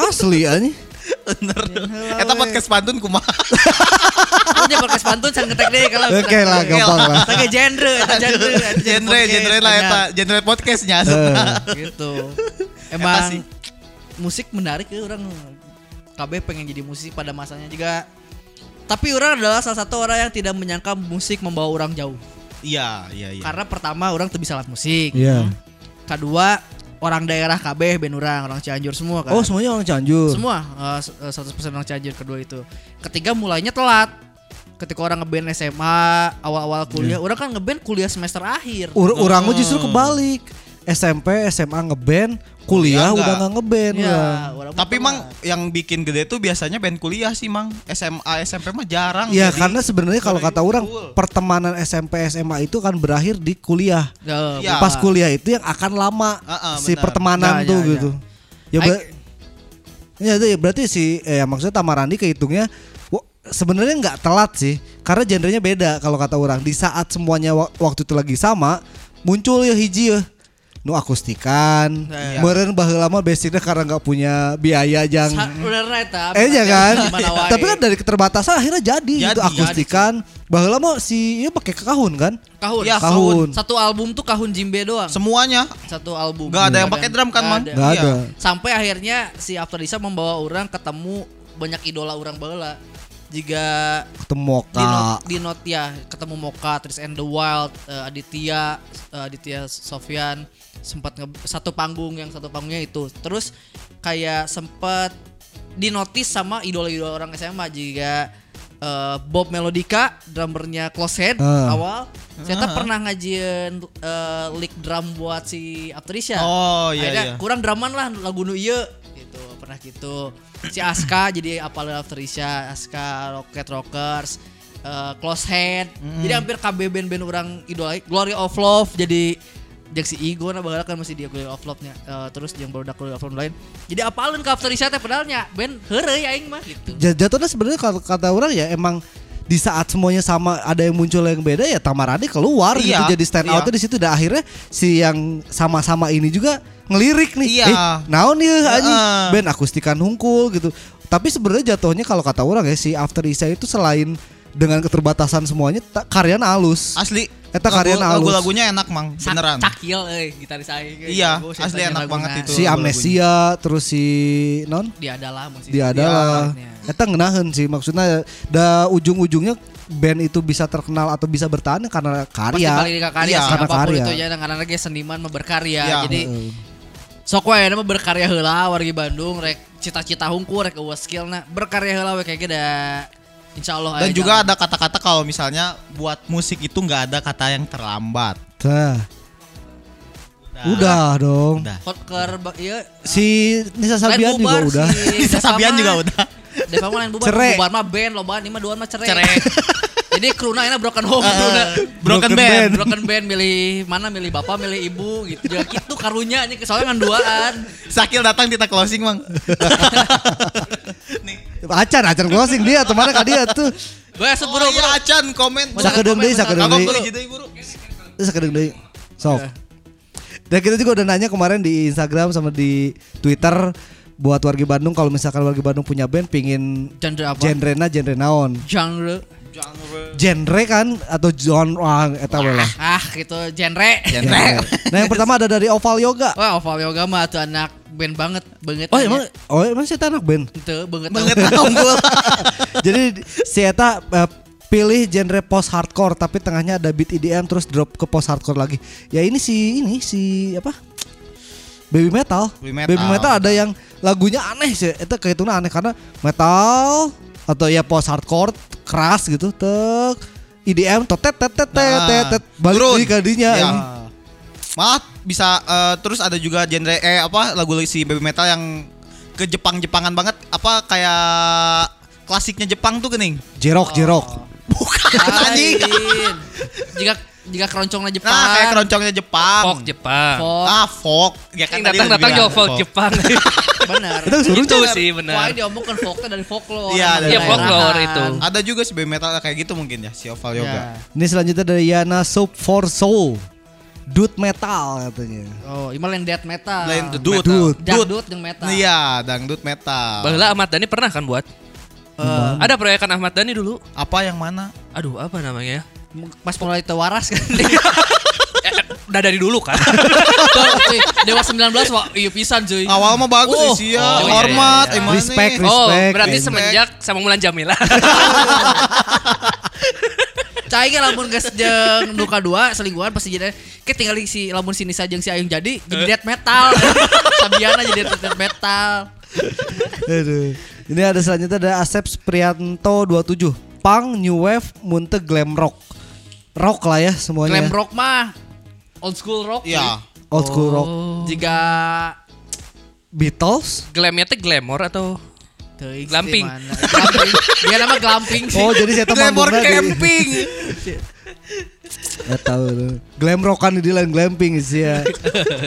Asli anjing.
Bener.
Ya,
Eta podcast pantun kumaha.
Nya Oh, podcast pantun can ngetek deh kalau.
Oke lah, gampang lah.
Tapi genre, eta
*laughs*
genre, eta
genre,
podcast,
genre lah
banyak.
eta, genre podcastnya.
Eh. *laughs*
gitu
Eta
emang
sih.
musik menarik ya orang KB pengen jadi musisi pada masanya juga tapi orang adalah salah satu orang yang tidak menyangka musik membawa orang jauh
*laughs* Iya, iya, iya.
karena pertama orang tuh bisa alat musik
Iya.
kedua orang daerah KB ben orang orang Cianjur semua kan
Oh, semuanya orang Cianjur.
semua eh, s- eh, 100% orang Cianjur kedua itu ketiga mulainya telat ketika orang ngeband SMA awal-awal kuliah orang kan ngeband kuliah semester akhir
Ur Iya. urang mah
Oh.
justru kebalik. SMP, SMA ngeband, kuliah
Kuliah nggak.
udah nggak ngeband. kan.
Iya.
urang.
Iya, orang mah
Tapi
telat.
mang yang bikin gede tuh biasanya band kuliah sih mang. SMA, SMP mah jarang.
Ya
jadi-
karena sebenarnya kalau kata orang
Betul.
pertemanan SMP SMA itu kan berakhir di kuliah.
Eh,
Iya.
Pas kuliah itu yang akan lama
Ah, ah,
si
benar. iya,
pertemanan
Ya,
tuh
ya, ya.
gitu. Ya,
I-
ber- ya, itu ya berarti si eh, maksudnya Tamarandi kehitungnya wo- sebenarnya nggak telat sih karena genrenya beda kalau kata orang di saat semuanya wa- waktu itu lagi sama muncul ya hiji ya nu akustikan
Nah, iya.
Ya, ya.
meren baheula mah basicnya karena nggak punya biaya yang
Sa- bener eta.
Eh ya kan.
Gimana wae.
Tapi kan dari keterbatasan akhirnya jadi,
Jadi,
gitu akustikan. Baheula mah si ieu pakai kahun kan?
kahun.
Ya,
kahun.
Satu album tuh kahun Jimbe doang.
semuanya
Satu album. Iya,
Nggak ada yang pakai drum kan,
Nggak
Mang?
ada.
Enggak
Iya.
ada.
Sampai akhirnya si After Lisa membawa orang ketemu banyak idola orang baheula. Jika
Ketemu
Iya. di, not,
Moka.
di not ya ketemu Moka, Tris and the Wild, eh, Aditya, eh, Aditya Sofyan sempat nge- satu panggung yang satu panggungnya itu. Terus kayak sempat dinotis sama idola-idola orang SMA juga eh, Bob Melodica, drummernya Close Head
Ah.
awal. Saya tuh pernah ngajin eh, lick drum buat si Aptrisha.
Oh, iya,
Akhirnya
iya.
kurang draman lah lagu nu ieu gitu pernah gitu si Aska jadi apa Afterisha Aska Rocket Rockers eh, Close Head jadi hampir KB band-band orang idola Glory of Love jadi Jack si Igo nah bakal kan masih dia Glory of Love nya Eh, terus yang baru Glory of Love lain jadi apalin ke Afterisha teh pedalnya band heureuy aing mah gitu
Ja- Jatuhnya sebenarnya kalau kata orang ya emang di saat semuanya sama ada yang muncul yang beda ya Tamarani keluar
Iya,
gitu jadi stand
iya.
out di situ dan akhirnya si yang sama-sama ini juga ngelirik nih
Iya.
eh naon ieu anjing
Heeh.
band akustikan hungkul gitu tapi sebenarnya jatuhnya kalau kata orang ya si After Isa itu selain dengan keterbatasan semuanya ta- karyanya halus
asli.
Eta karyanya halus.
lagunya enak mang,
Sak-
beneran.
cakil euy gitaris aing euy.
Iya,
Jago sih
asli
tanya
enak banget
laguna.
itu.
si amnesia terus si non
dia adalah masih
dia adalah eta ngeunaheun sih maksudnya da ujung-ujungnya band itu bisa terkenal atau bisa bertahan karena
Pasti
karya
balik ke karya
Iya,
sih,
karena
apapun
karya.
itu ya karena dia seniman mah berkarya
Iya.
jadi
Heeh.
sok wae mah berkarya heula wargi Bandung rek cita-cita hungku rek eueuh skillna berkarya heula we kayak gede insyaallah
Dan
aya
juga
jalan.
ada kata-kata kalau misalnya buat musik itu nggak ada kata yang terlambat.
Ah.
Tah,
Udah.
udah dong
Udah.
hotker ba- ieu
si Nisa Sabian
lain bubar,
juga udah *laughs*
si
*laughs* Nisa
Deva
Sabian
mah.
juga udah.
Deva mah lain bubar
Cerek.
bubar mah band loba ini mah duaan mah cerek
Cerek.
*laughs* jadi kruna ini broken home kruna.
Broken band.
broken band milih mana milih bapak milih ibu gitu juga gitu karunya ini soalnya ngan duaan
Sakil datang kita closing mang. Nih.
acan acan closing dia temannya ka dia
*laughs*
tuh
gue
Bro,
sebelum
bro, acan komen.
Jangan
Sakedeung deui,
komen,
sakedeung
Kakak
deui.
boleh gitu bro.
Terus sakedeung deui. Sok.
Iya.
Dan kita juga udah nanya kemarin di Instagram sama di Twitter buat warga Bandung kalau misalkan warga Bandung punya band pingin
genre apa
genrena genre naon.
genre
Genre kan atau genre eta we lah.
ah gitu genre
Genre.
Nah, yang pertama ada dari Oval Yoga.
wah oval yoga mah tuh anak band banget banget
Oh emang oh emang si Eta anak band.
itu banget
Banget
*laughs*
unggul.
Jadi si Eta eh, pilih genre post hardcore tapi tengahnya ada beat EDM terus drop ke post hardcore lagi. Ya ini si ini si apa? Baby metal.
Baby metal.
ada yang lagunya aneh sih. Itu kehitungnya aneh karena metal atau ya post hardcore keras gitu. Tek E EDM totet tet tet tet
Ah,
tet tet balik
Drone.
lagi ke dinya.
Ya.
ini.
Malah bisa eh, terus ada juga genre eh apa lagu si baby metal yang ke
*laughs*
Jepang-Jepangan banget apa kayak klasiknya Jepang tuh kening.
Jerok jerok.
Bukan anjing.
Lain. Jika jika keroncongnya Jepang.
Nah, kayak keroncongnya Jepang.
Folk Jepang. Kan
Folk.
Ah, folk. Ya
Yang
tadi udah
datang-datang
bilang,
juga folk *laughs* Jepang.
Benar.
Itu suruh
Itu
coba.
sih
Wah,
benar.
diomongkan folknya dari folklore.
Iya,
sama
dari
daerah.
folklore itu.
Ada juga si baby metal kayak gitu mungkin ya, si Oval
Ya.
Yoga.
Ini selanjutnya dari Yana Sub for Soul. Dude metal
*laughs*
katanya.
Oh, imal yang death metal.
Lain
Lain
dudut.
Dangdut.
Dangdut yang metal.
Iya, dangdut metal.
Bahula Ahmad Dhani pernah kan buat? Eh, ada proyekan Ahmad Dhani dulu.
Apa yang mana?
Aduh, apa namanya ya?
Pas mulai *laughs* tewaras kan.
Eh, eh, Udah dari dulu kan.
Betul, cuy. Dewa 19 wah iya pisan cuy.
Awal mah bagus
Oh.
sih ya,
Oh, iya,
hormat,
iya, iya.
emang nih.
*laughs* Respect, respect.
Oh, berarti
respect.
semenjak sama Mulan
*laughs*
Jamila.
Cai ge lamun geus jeung duka dua selingkuhan pasti jadi ke tinggal si lamun sini saja jeung si Ayung jadi jadi death
*laughs*
metal. Sabiana jadi death metal.
Aduh. Ini ada selanjutnya ada Asep Prianto 27. Punk, New Wave, Munte, Glam Rock. Rock lah ya semuanya.
Glam rock mah old school rock.
Iya.
Old school rock.
Oh. Jika
Beatles.
Glamnya teh glamor atau Glamping.
glamping. Dia nama glamping sih.
Oh jadi saya teman
Glamor
di-
camping.
Nggak Eh, tahu
*laughs*
tuh. Glam rockan di lain glamping sih ya.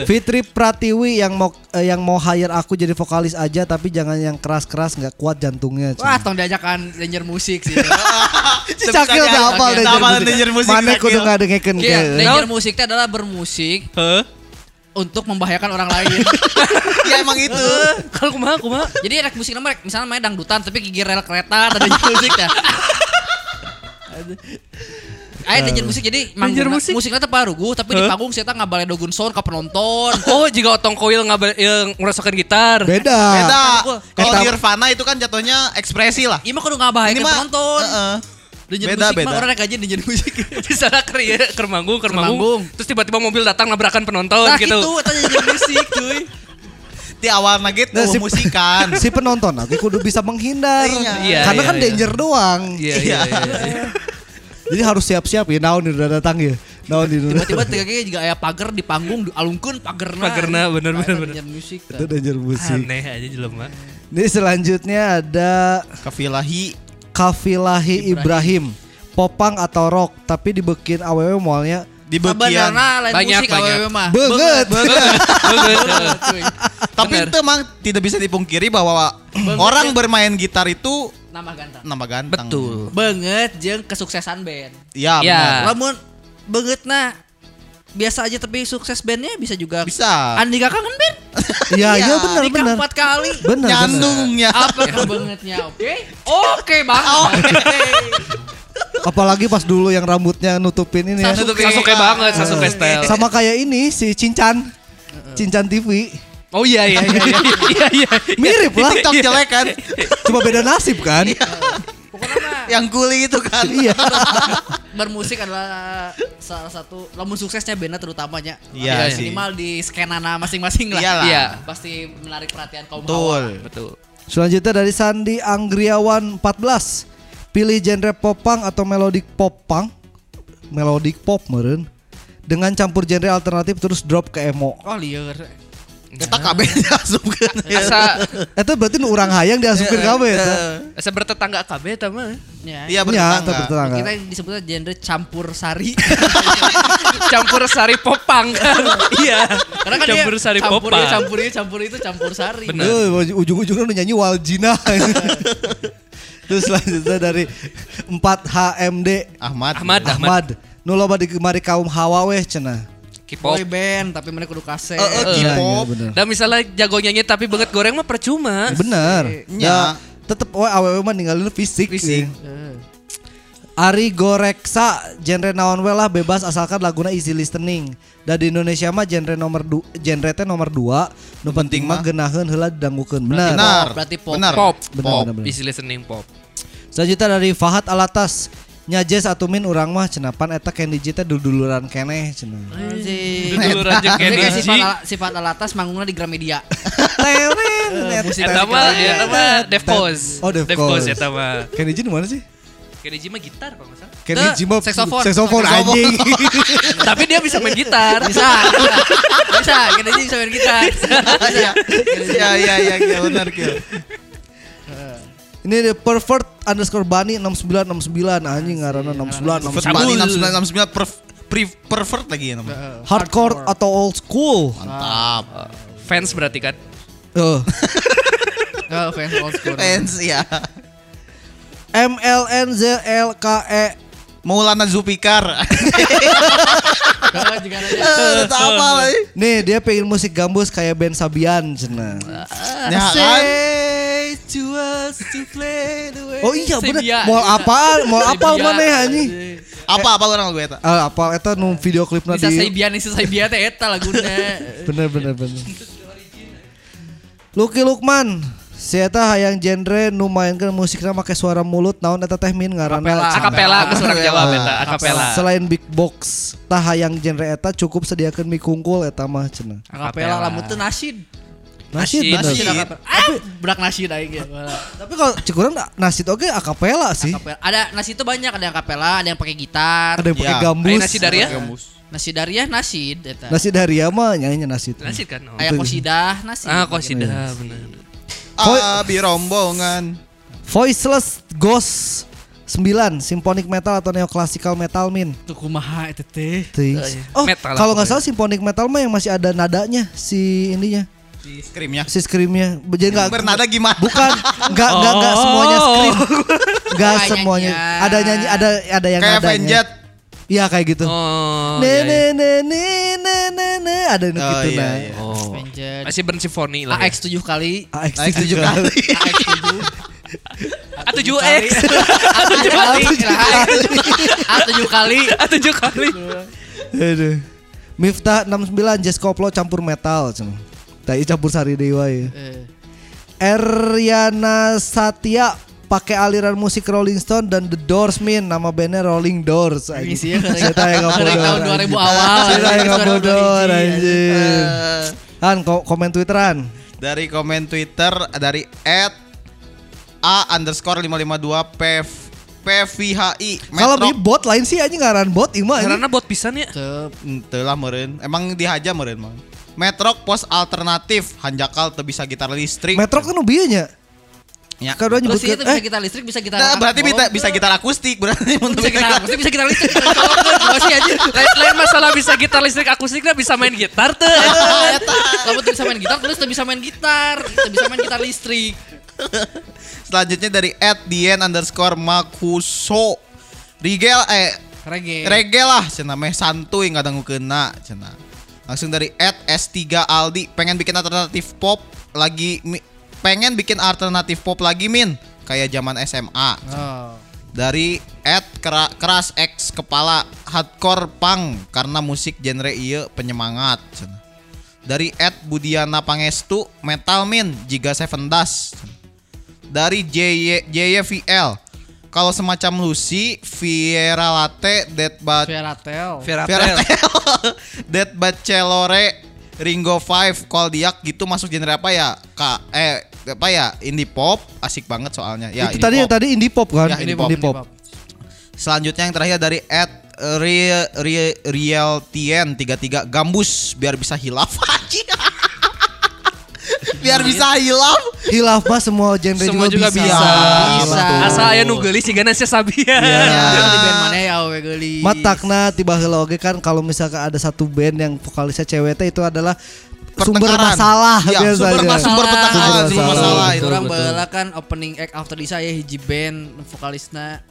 Fitri Pratiwi yang mau eh, yang mau hire aku jadi vokalis aja tapi jangan yang keras-keras nggak kuat jantungnya. cuy.
Wah, tong diajakan danger musik sih.
Si Cakil
Bisa
tak hafal
nyanyi. Tak hafal danger musik,
Mana kudu
Cakil.
ngadengekeun
Iya,
ke.
danger musik itu adalah bermusik
Heh.
untuk membahayakan orang lain.
*laughs*
Ya emang itu.
*laughs* Kalau kumaha kumaha?
Jadi rek musik nama rek misalnya main dangdutan tapi gigi rel kereta ada danger musik ya. Ayo danger musik jadi manggung musik. musiknya teh paruguh tapi di panggung saya ngabale dogun sound ke penonton.
Oh, jika otong koil ngabel eh, ngerasakan gitar. *laughs*
Beda.
Beda.
kan
Kalau
Kata-
Nirvana itu kan jatuhnya ekspresi lah.
Iya mah kudu ngabahayakan penonton.
heeh.
Danger
beda,
musik
beda.
mah orang rek aja danger musik.
Di sana ker ya, ker manggung,
Ker
ker
manggung.
manggung. Terus tiba-tiba mobil datang nabrakan penonton
Nah gitu,
gitu.
itu danger musik cuy.
Di gitu, awal lagi tuh
Nah, si- *laughs*
musikan.
si penonton aku kudu bisa menghindar.
Iya.
Iya,
Karena
iya,
kan
iya.
danger doang.
Iya, iya, iya.
Jadi harus siap-siap ya naon ini udah datang ya. Naon ini udah
Tiba-tiba tiga kali juga aya pagar di panggung alungkeun pagerna.
Pagerna, bener, bener, bener.
Danger musik. tah.
itu danger musik.
Aneh aja jelema.
Ini selanjutnya ada
Kafilahi.
Kafilahi Ibrahim. Popang atau rock tapi dibekin aww malnya
Di bekian.
Sebenarnya lain
Banyak,
musik
banyak.
awewe mah.
banget.
Bener.
Cuy.
Tapi itu emang tidak bisa dipungkiri bahwa orang bermain gitar itu
Nama ganteng.
nama ganteng.
Betul.
Banget jeung kesuksesan band.
Iya,
Iya.
benar.
Lamun banget nah biasa aja tapi sukses bandnya bisa juga.
Bisa.
Andika kangen band.
*laughs* Iya, iya benar
Andika
benar.
empat kali.
Benar. benar.
Nyandungnya.
Apa tuh bangetnya? Oke, oke bang.
Apalagi pas dulu yang rambutnya nutupin ini ya.
Sasuke.
Sasuke banget, Sasuke
Eh,
style.
Sama kayak ini si Cincan. Cincan TV.
Oh iya iya iya iya iya. iya.
Mirip lah.
*laughs* TikTok jelek kan?
Cuma beda nasib kan?
Pokoknya mah
Yang kuli itu kan.
Iya.
bermusik adalah salah satu lamun suksesnya bandnya terutamanya.
Iya
Tapi
sih.
Minimal di skenana masing-masing lah.
Iyalah.
Iya. Pasti menarik perhatian kaum hawa.
Betul.
Betul.
Selanjutnya dari Sandi Anggriawan 14. Pilih genre popang atau melodic pop punk? Melodic pop meren. Dengan campur genre alternatif terus drop ke emo.
Oh liar.
Kita kabeh *laughs* diasupkeun.
Asa
Itu berarti nu urang hayang diasupin kabe ya.
asa bertetangga kabeh eta mah.
Ya.
Iya,
Iya bertetangga.
tetangga.
Kita disebutnya genre campur sari.
Campur sari popang kan. *laughs* Iya.
Karena kan
campur
dia
sari
campur
popang.
ini, campur ini, campur itu, campur sari.
Benar.
Eh, ujung-ujungnya udah nyanyi Waljina. Terus selanjutnya dari 4HMD
Ahmad.
Ahmad.
Ahmad. Nu loba digemari kaum hawa weh cenah.
K-pop.
Boy band tapi mana kudu
Eh,
kaset.
eh,
Iya, iya,
K-pop.
bener.
Dan misalnya jago nyanyi tapi banget goreng mah percuma.
Bener. Ya,
Nya.
tetep we awewe mah ninggalin fisik.
Iya. Fisik.
ya. Ari Goreksa genre naon we lah bebas asalkan laguna easy listening. Da di Indonesia mah genre nomor du, genre teh nomor 2 nu penting mah geunaheun heula didanggukeun. Bener.
Benar.
Berarti pop.
Benar.
Pop.
Benar,
Pop.
benar, benar.
Easy listening pop.
Selanjutnya dari Fahad Alatas. Nyajes atumin urang mah cenapan eta Kenji teh duduluran keneh cenah.
*laughs*
Anjing.
Dulur aja
Jadi kayak
Kenny
sifat, ala, sifat alatas manggungnya di Gramedia.
Teren.
musik
Eta mah, eta mah Devcos.
Oh, Devcos.
Devcos eta mah.
Kenji di mana sih?
Kenny mah gitar kalau nggak salah.
Kenji mah
saxophone.
Saxophone anjing.
Tapi dia bisa main gitar.
Bisa, bisa, bisa, kita jadi bisa main gitar.
Iya iya iya iya benar Kil.
*laughs* Ini the pervert underscore bani 6969 anjing ngaranna 69
Pervert Bali 6969 perf, pri- pervert lagi ya namanya.
Hardcore atau old school?
Mantap.
Fans berarti kan.
Eh.
Enggak fans old school.
Fans ya.
M L N Z L K E
Maulana Zulfikar.
Enggak juga nanya.
Eh, tak apa lah. eh.
Nih dia pengen musik gambus kayak Ben Sabian cenah.
Ya kan?
Oh iya bener
Sabian.
Mau apaan Mau apal
Sabian,
mana anjing
Apa apa orang lagu eta?
Ah, apal eta nu video klipna
Bisa
di
Saibian, bisa Saibian teh eta laguna.
Bener bener bener Lucky Lukman Si eta hayang genre nu mainkeun musikna make suara mulut naon eta teh min ngaranna cenah.
Akapela ke seorang Jawa beta. Akapela.
Selain big box tah hayang genre eta cukup sediakeun mie kungkul eta mah cenah.
Akapela lamun teu nasid.
Nasid
Nasid,
bener.
Nasid akapela. Ah, budak nasid aing ge.
Tapi kalau cikuran nasid oge akapela sih.
Akapela. Ada nasid tuh banyak, ada yang akapela, ada yang pakai gitar.
Ada yang pakai
Ya.
gambus.
Ayo nasi dari ya?
Nasid Daria nasid eta.
Nasid Haria mah nyanyinya nasid.
Nasi kan. oh.
Aya kosidah nasid.
Ah, kosida benar.
Koi-
Abi rombongan.
Voiceless Ghost 9 Symphonic Metal atau Neoclassical Metal min.
Tuh kumaha eta teh.
Teuing. Oh,
Metal
kalau nggak
lah
salah Symphonic Metal mah yang masih ada nadanya si ininya,
Di screamnya.
si screamnya. Jadi nggak
Bernada gimana?
bukan nggak nggak nggak semuanya scream. Nggak
Ada
semuanya.
nyanyian.
Ada nyanyi ada ada yang
Kayak
nadanya.
Venjet.
Iya kayak gitu.
Oh.
ne,
iya,
ne,
iya.
ne, ne, ne, ne, ne, ada yang
Oh,
gitu
iya,
nah.
iya.
Oh.
Venjet.
Masih band simfoni lah. ya.
AX 7 kali.
AX
Naik
Ah, tujuh
tujuh
kali.
kali.
A7X. A7
kali.
kali.
Ah, tujuh kali.
A7 kali.
Aduh. Miftah 69 Jazz Koplo campur metal cuman. Tadi campur sari dewa ya.
Eh,
Eriana Satya pakai aliran musik Rolling Stone dan The Doors min nama bandnya Rolling Doors
Ini
anjing.
sih ya,
Cerita yang nggak
dari
bodor,
tahun
anjing.
2000 awal.
Cerita yang nggak
2000
bodor
hiji,
anjir
Eh,
Han ko- komen twitteran
Dari komen Twitter dari at a underscore 552 pv pvhi
Kalau
Metro.
ini bot lain sih anjing ngaran bot Ima anjing.
Karena buat pisan ya.
Teu-
Ente lah meren. Emang dihaja meren mang. Metrok pos alternatif hanjakal teu bisa gitar listrik.
Metro kan ubieu nya.
Ya.
Kan udah
Terus
nyebutkeun,
itu bisa
eh
kita listrik, bisa kita Oh.
Nah, berarti bisa bisa gitar akustik berarti mun
bisa
bisa *laughs*
kita
gitar.
bisa bisa kita listrik. Bisa kita listrik. Gua sih anjir.
Lain lain masalah bisa gitar listrik akustiknya bisa main gitar tuh.
Iya, Kamu tuh bisa main gitar, terus tuh bisa main gitar, tuh bisa main gitar listrik.
Selanjutnya dari at dien underscore makuso. Rigel eh
Reggae.
reggae lah cenah meh santuy kadang kena cenah. Langsung dari at S3 Aldi pengen bikin alternatif pop lagi mi- pengen bikin alternatif pop lagi min kayak zaman SMA.
Oh.
dari at Kera- keras X kepala hardcore punk karena musik genre iya penyemangat cenah. dari at Budiana Pangestu metal min jika seven das cenah. dari JY, JYVL kalau semacam Lucy Viera Latte Dead Bat
Feratel.
Viera *laughs* Dead Bachelore Ringo Five Koldiak gitu masuk genre apa ya kak eh apa ya indie pop asik banget soalnya ya
itu
indie
tadi
pop.
yang tadi indie pop kan?
Ya, indie pop. Selanjutnya yang terakhir dari at Rie- Rie- Riel Tien 33 Gambus biar bisa hilaf *laughs* anjing. biar bisa hilaf.
Hilaf mah semua genre Iya,
Semua juga bisa. iya.
Bisa. Iya.
Asal aya nu geulis sigana sia
Ya.
sabian.
Di band mana ya awe geuli.
Matakna tiba heula oge kan kalau misalkan ada satu band yang vokalisnya cewek teh itu adalah sumber
Pertengkaran.
masalah
Ya,
biasanya.
sumber masalah. Sumber pertengkaran,
sumber masalah.
itu.
Orang
Betul,
baheula kan opening act after Lisa ya hiji band vokalisna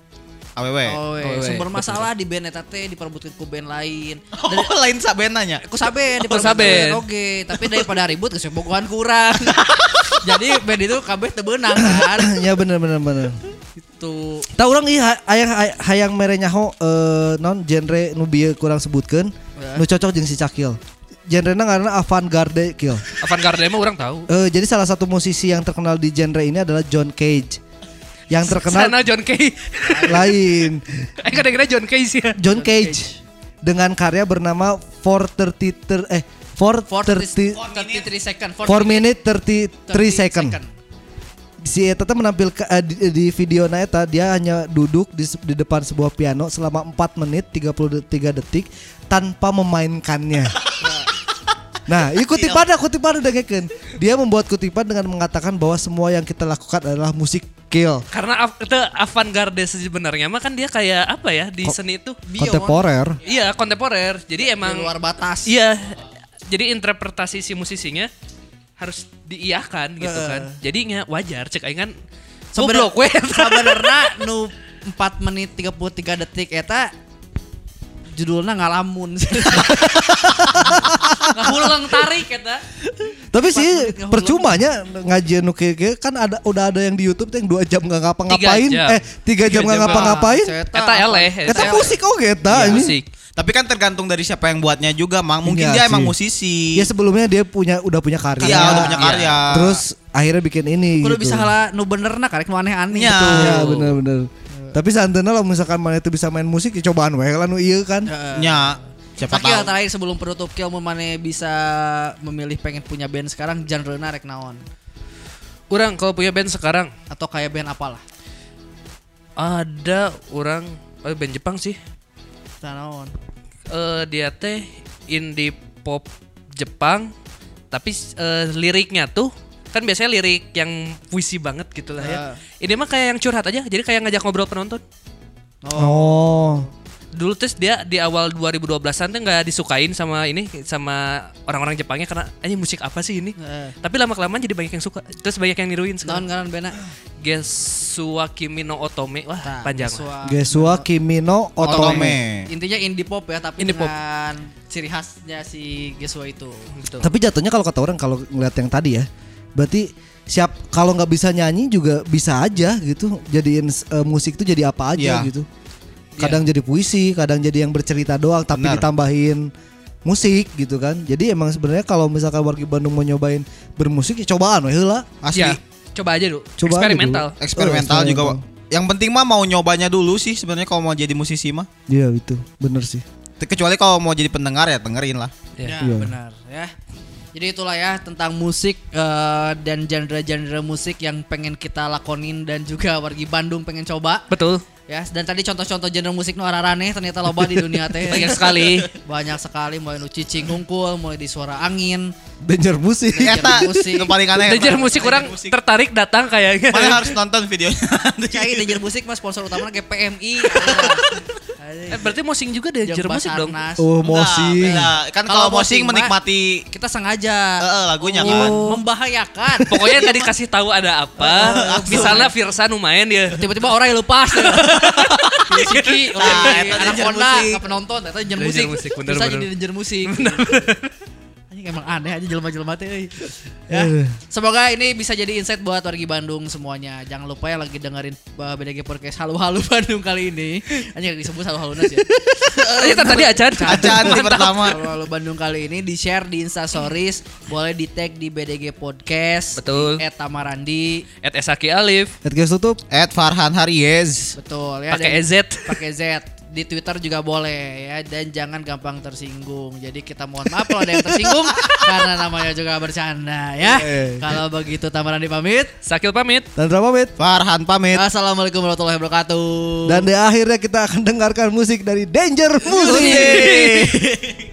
Awewe.
Oh, we.
Oh, we.
sumber
Betul.
masalah di band eta teh diperebutkeun ku band lain.
*laughs* Oh, lain sabenanya.
Ku saben
Ku saben.
diperebutkeun oge, tapi daripada ribut kesebogohan
*laughs*
kurang. Jadi band itu kabeh teu beunang kan.
*clears throat*
Gitu.
ya bener bener bener.
Itu
Tahu orang iya hayang hayang mere nyaho eh, non genre nu bieu kurang sebutkeun nu cocok jeung si Cakil. Genrena karena avant-garde kill.
Avantgarde mah orang tahu.
Eh, jadi salah satu musisi yang terkenal di genre ini adalah John Cage. Yang terkenal
Sana John Kay.
*laughs*
*laughs*
lain
Eh kadang-kadang John Kay sih. ya.
John Cage dengan karya bernama 430 ter- eh 430
43 second.
4 minute 33
30
second. Si Eta teh menampilkan eh, di, di video na Eta dia hanya duduk di, se- di depan sebuah piano selama 4 menit 33 detik tanpa memainkannya. Nah, ini kutipan ada kutipan udah ngeken. Dia membuat kutipan dengan mengatakan bahwa semua yang kita lakukan adalah musik Gokil.
Karena av- itu avant-garde sebenarnya mah kan dia kayak apa ya di seni itu
Kontemporer.
Iya, kontemporer.
Di
Jadi emang
luar batas.
iya jadi interpretasi si musisinya harus diiakan gitu kan. Jadinya wajar cek aing kan
Sebener-
goblok we. *laughs*
*laughs*
Sebenerna nu 4 menit 33 detik eta judulnya ngalamun. *laughs*
Ngahulang tarik eta.
Tapi
menit
sih
nggak
percumanya ngaji nu kieu- kieu kan ada udah ada yang di YouTube tuh yang dua jam nggak ngapa-ngapain.
jam.
Eh tiga jam nggak
jam.
ngapa-ngapain.
Eta eleh.
Kata musik oh
Iya,
eta ini.
musik.
Tapi kan tergantung dari siapa yang buatnya juga, Mang. Mungkin
Iya
dia
sih.
emang musisi.
Ya sebelumnya dia punya udah punya karya.
Iya, udah punya
Iya.
karya.
Terus akhirnya bikin ini.
Kudu
gitu.
bisa lah nu bener nah karek nu aneh-aneh
Iya.
gitu.
Iya benar-benar. Tapi santana lah misalkan mana itu bisa main musik ya cobaan wae lah nu ieu kan.
Ya. nya siapa
Tapi yang
tahu.
terakhir sebelum penutup kieu mun mane bisa memilih pengen punya band sekarang genre-na rek naon
Orang kalau punya band sekarang
atau kayak band apalah?
ada orang oh, band Jepang sih.
Tah naon?
Eh dia teh indie pop Jepang tapi eh, liriknya tuh kan biasanya lirik yang puisi banget gitu lah ya. Ini mah kayak yang curhat aja, jadi kayak ngajak ngobrol penonton.
Oh.
Dulu terus dia di awal 2012-an tuh nggak disukain sama ini sama orang-orang Jepangnya karena "Eh, ini musik apa sih ini?
Heeh.
Tapi lama-kelamaan jadi banyak yang suka, terus banyak yang niruin
Naon
sekarang.
ngaran bandna?
Gesua Kimi no Otome, wah
Tah,
panjang.
Joshua.
lah.
Gesua Kimino Otome.
Otome.
Intinya indie pop ya tapi
Indie pop.
dengan ciri khasnya si Geswa itu.
Gitu.
Tapi jatuhnya kalau kata orang kalau ngeliat yang tadi ya, berarti siap kalau nggak bisa nyanyi juga bisa aja gitu. Jadiin eh, musik itu jadi apa aja
Iya.
gitu. Kadang jadi puisi, kadang jadi yang bercerita doang tapi
Benar.
ditambahin musik gitu kan. Jadi emang sebenarnya kalau misalkan warga Bandung mau nyobain bermusik ya cobaan weh lah.
Asli.
Ya, coba aja dulu.
Coba aja
Eksperimental.
dulu.
Eksperimental
Iya. Oh,
juga. Pak.
eksperimental.
Yang penting mah mau nyobanya dulu sih sebenarnya kalau mau jadi musisi mah.
Iya itu, bener sih.
Kecuali kalau mau jadi pendengar ya dengerin lah.
Ya.
Ya, benar ya. Jadi itulah ya tentang musik eh, dan genre-genre musik yang pengen kita lakonin dan juga wargi Bandung pengen coba.
Betul.
Ya, dan tadi contoh-contoh genre musik nu rane ternyata loba di dunia teh.
*laughs* Banyak sekali.
Banyak sekali mulai nu cicing hungkul, mulai di suara angin.
Danger musik.
Danger
Eta
musik.
yang paling aneh.
Belajar
eta.
musik orang
musik.
tertarik datang kayaknya.
Mana harus nonton *laughs* videonya.
Cai danger musik mas sponsor utamanya kayak PMI.
*laughs* Eh, berarti mosing juga
Jam
diajar musik dong.
Basarnas.
Oh,
Enggak,
mosing.
beda. Kan
Kalau
kalau mosing
mosing mah-
menikmati
Kita sengaja
Heeh, lagunya
Mem-
kan.
*laughs* membahayakan.
Pokoknya tadi kasih tahu ada apa. Misalnya Virsa nu main dia.
tiba-tiba orang yang *laughs* lepas Iya, Siki
Ah, eta
anak
danger
Honda
musik.
nggak penonton ternyata danger
Danger
musik
musik, bener,
bisa
bener.
jadi danger musik Anjing emang aneh aja jelema-jelema teh euy. ya.
Eh.
Semoga ini bisa jadi insight buat wargi Bandung semuanya. Jangan lupa yang lagi dengerin uh, BDG Podcast Halu-Halu *laughs* Bandung kali ini. Anjing gak disebut halu-halunas ya.
Eh, Itu tadi acan. *laughs*
*laughs* Acan di pertama.
Halu-Halu Bandung kali ini di share di Insta Stories, boleh di tag di BDG Podcast.
Betul.
Di @tamarandi.
At Esaki Alif.
Eh, Ed guys tutup.
Ed Farhan Haries.
Betul ya. dan-
Pakai EZ.
pakai Z di Twitter juga boleh ya dan jangan gampang tersinggung. Jadi kita mohon maaf kalau ada yang tersinggung karena namanya juga bercanda ya.
Eh.
Kalau begitu Tamarandi pamit.
Sakil pamit.
Dan drama Bed.
Farhan pamit.
Assalamualaikum warahmatullahi wabarakatuh.
Iya.
Dan di akhirnya kita akan dengarkan musik dari Danger Music.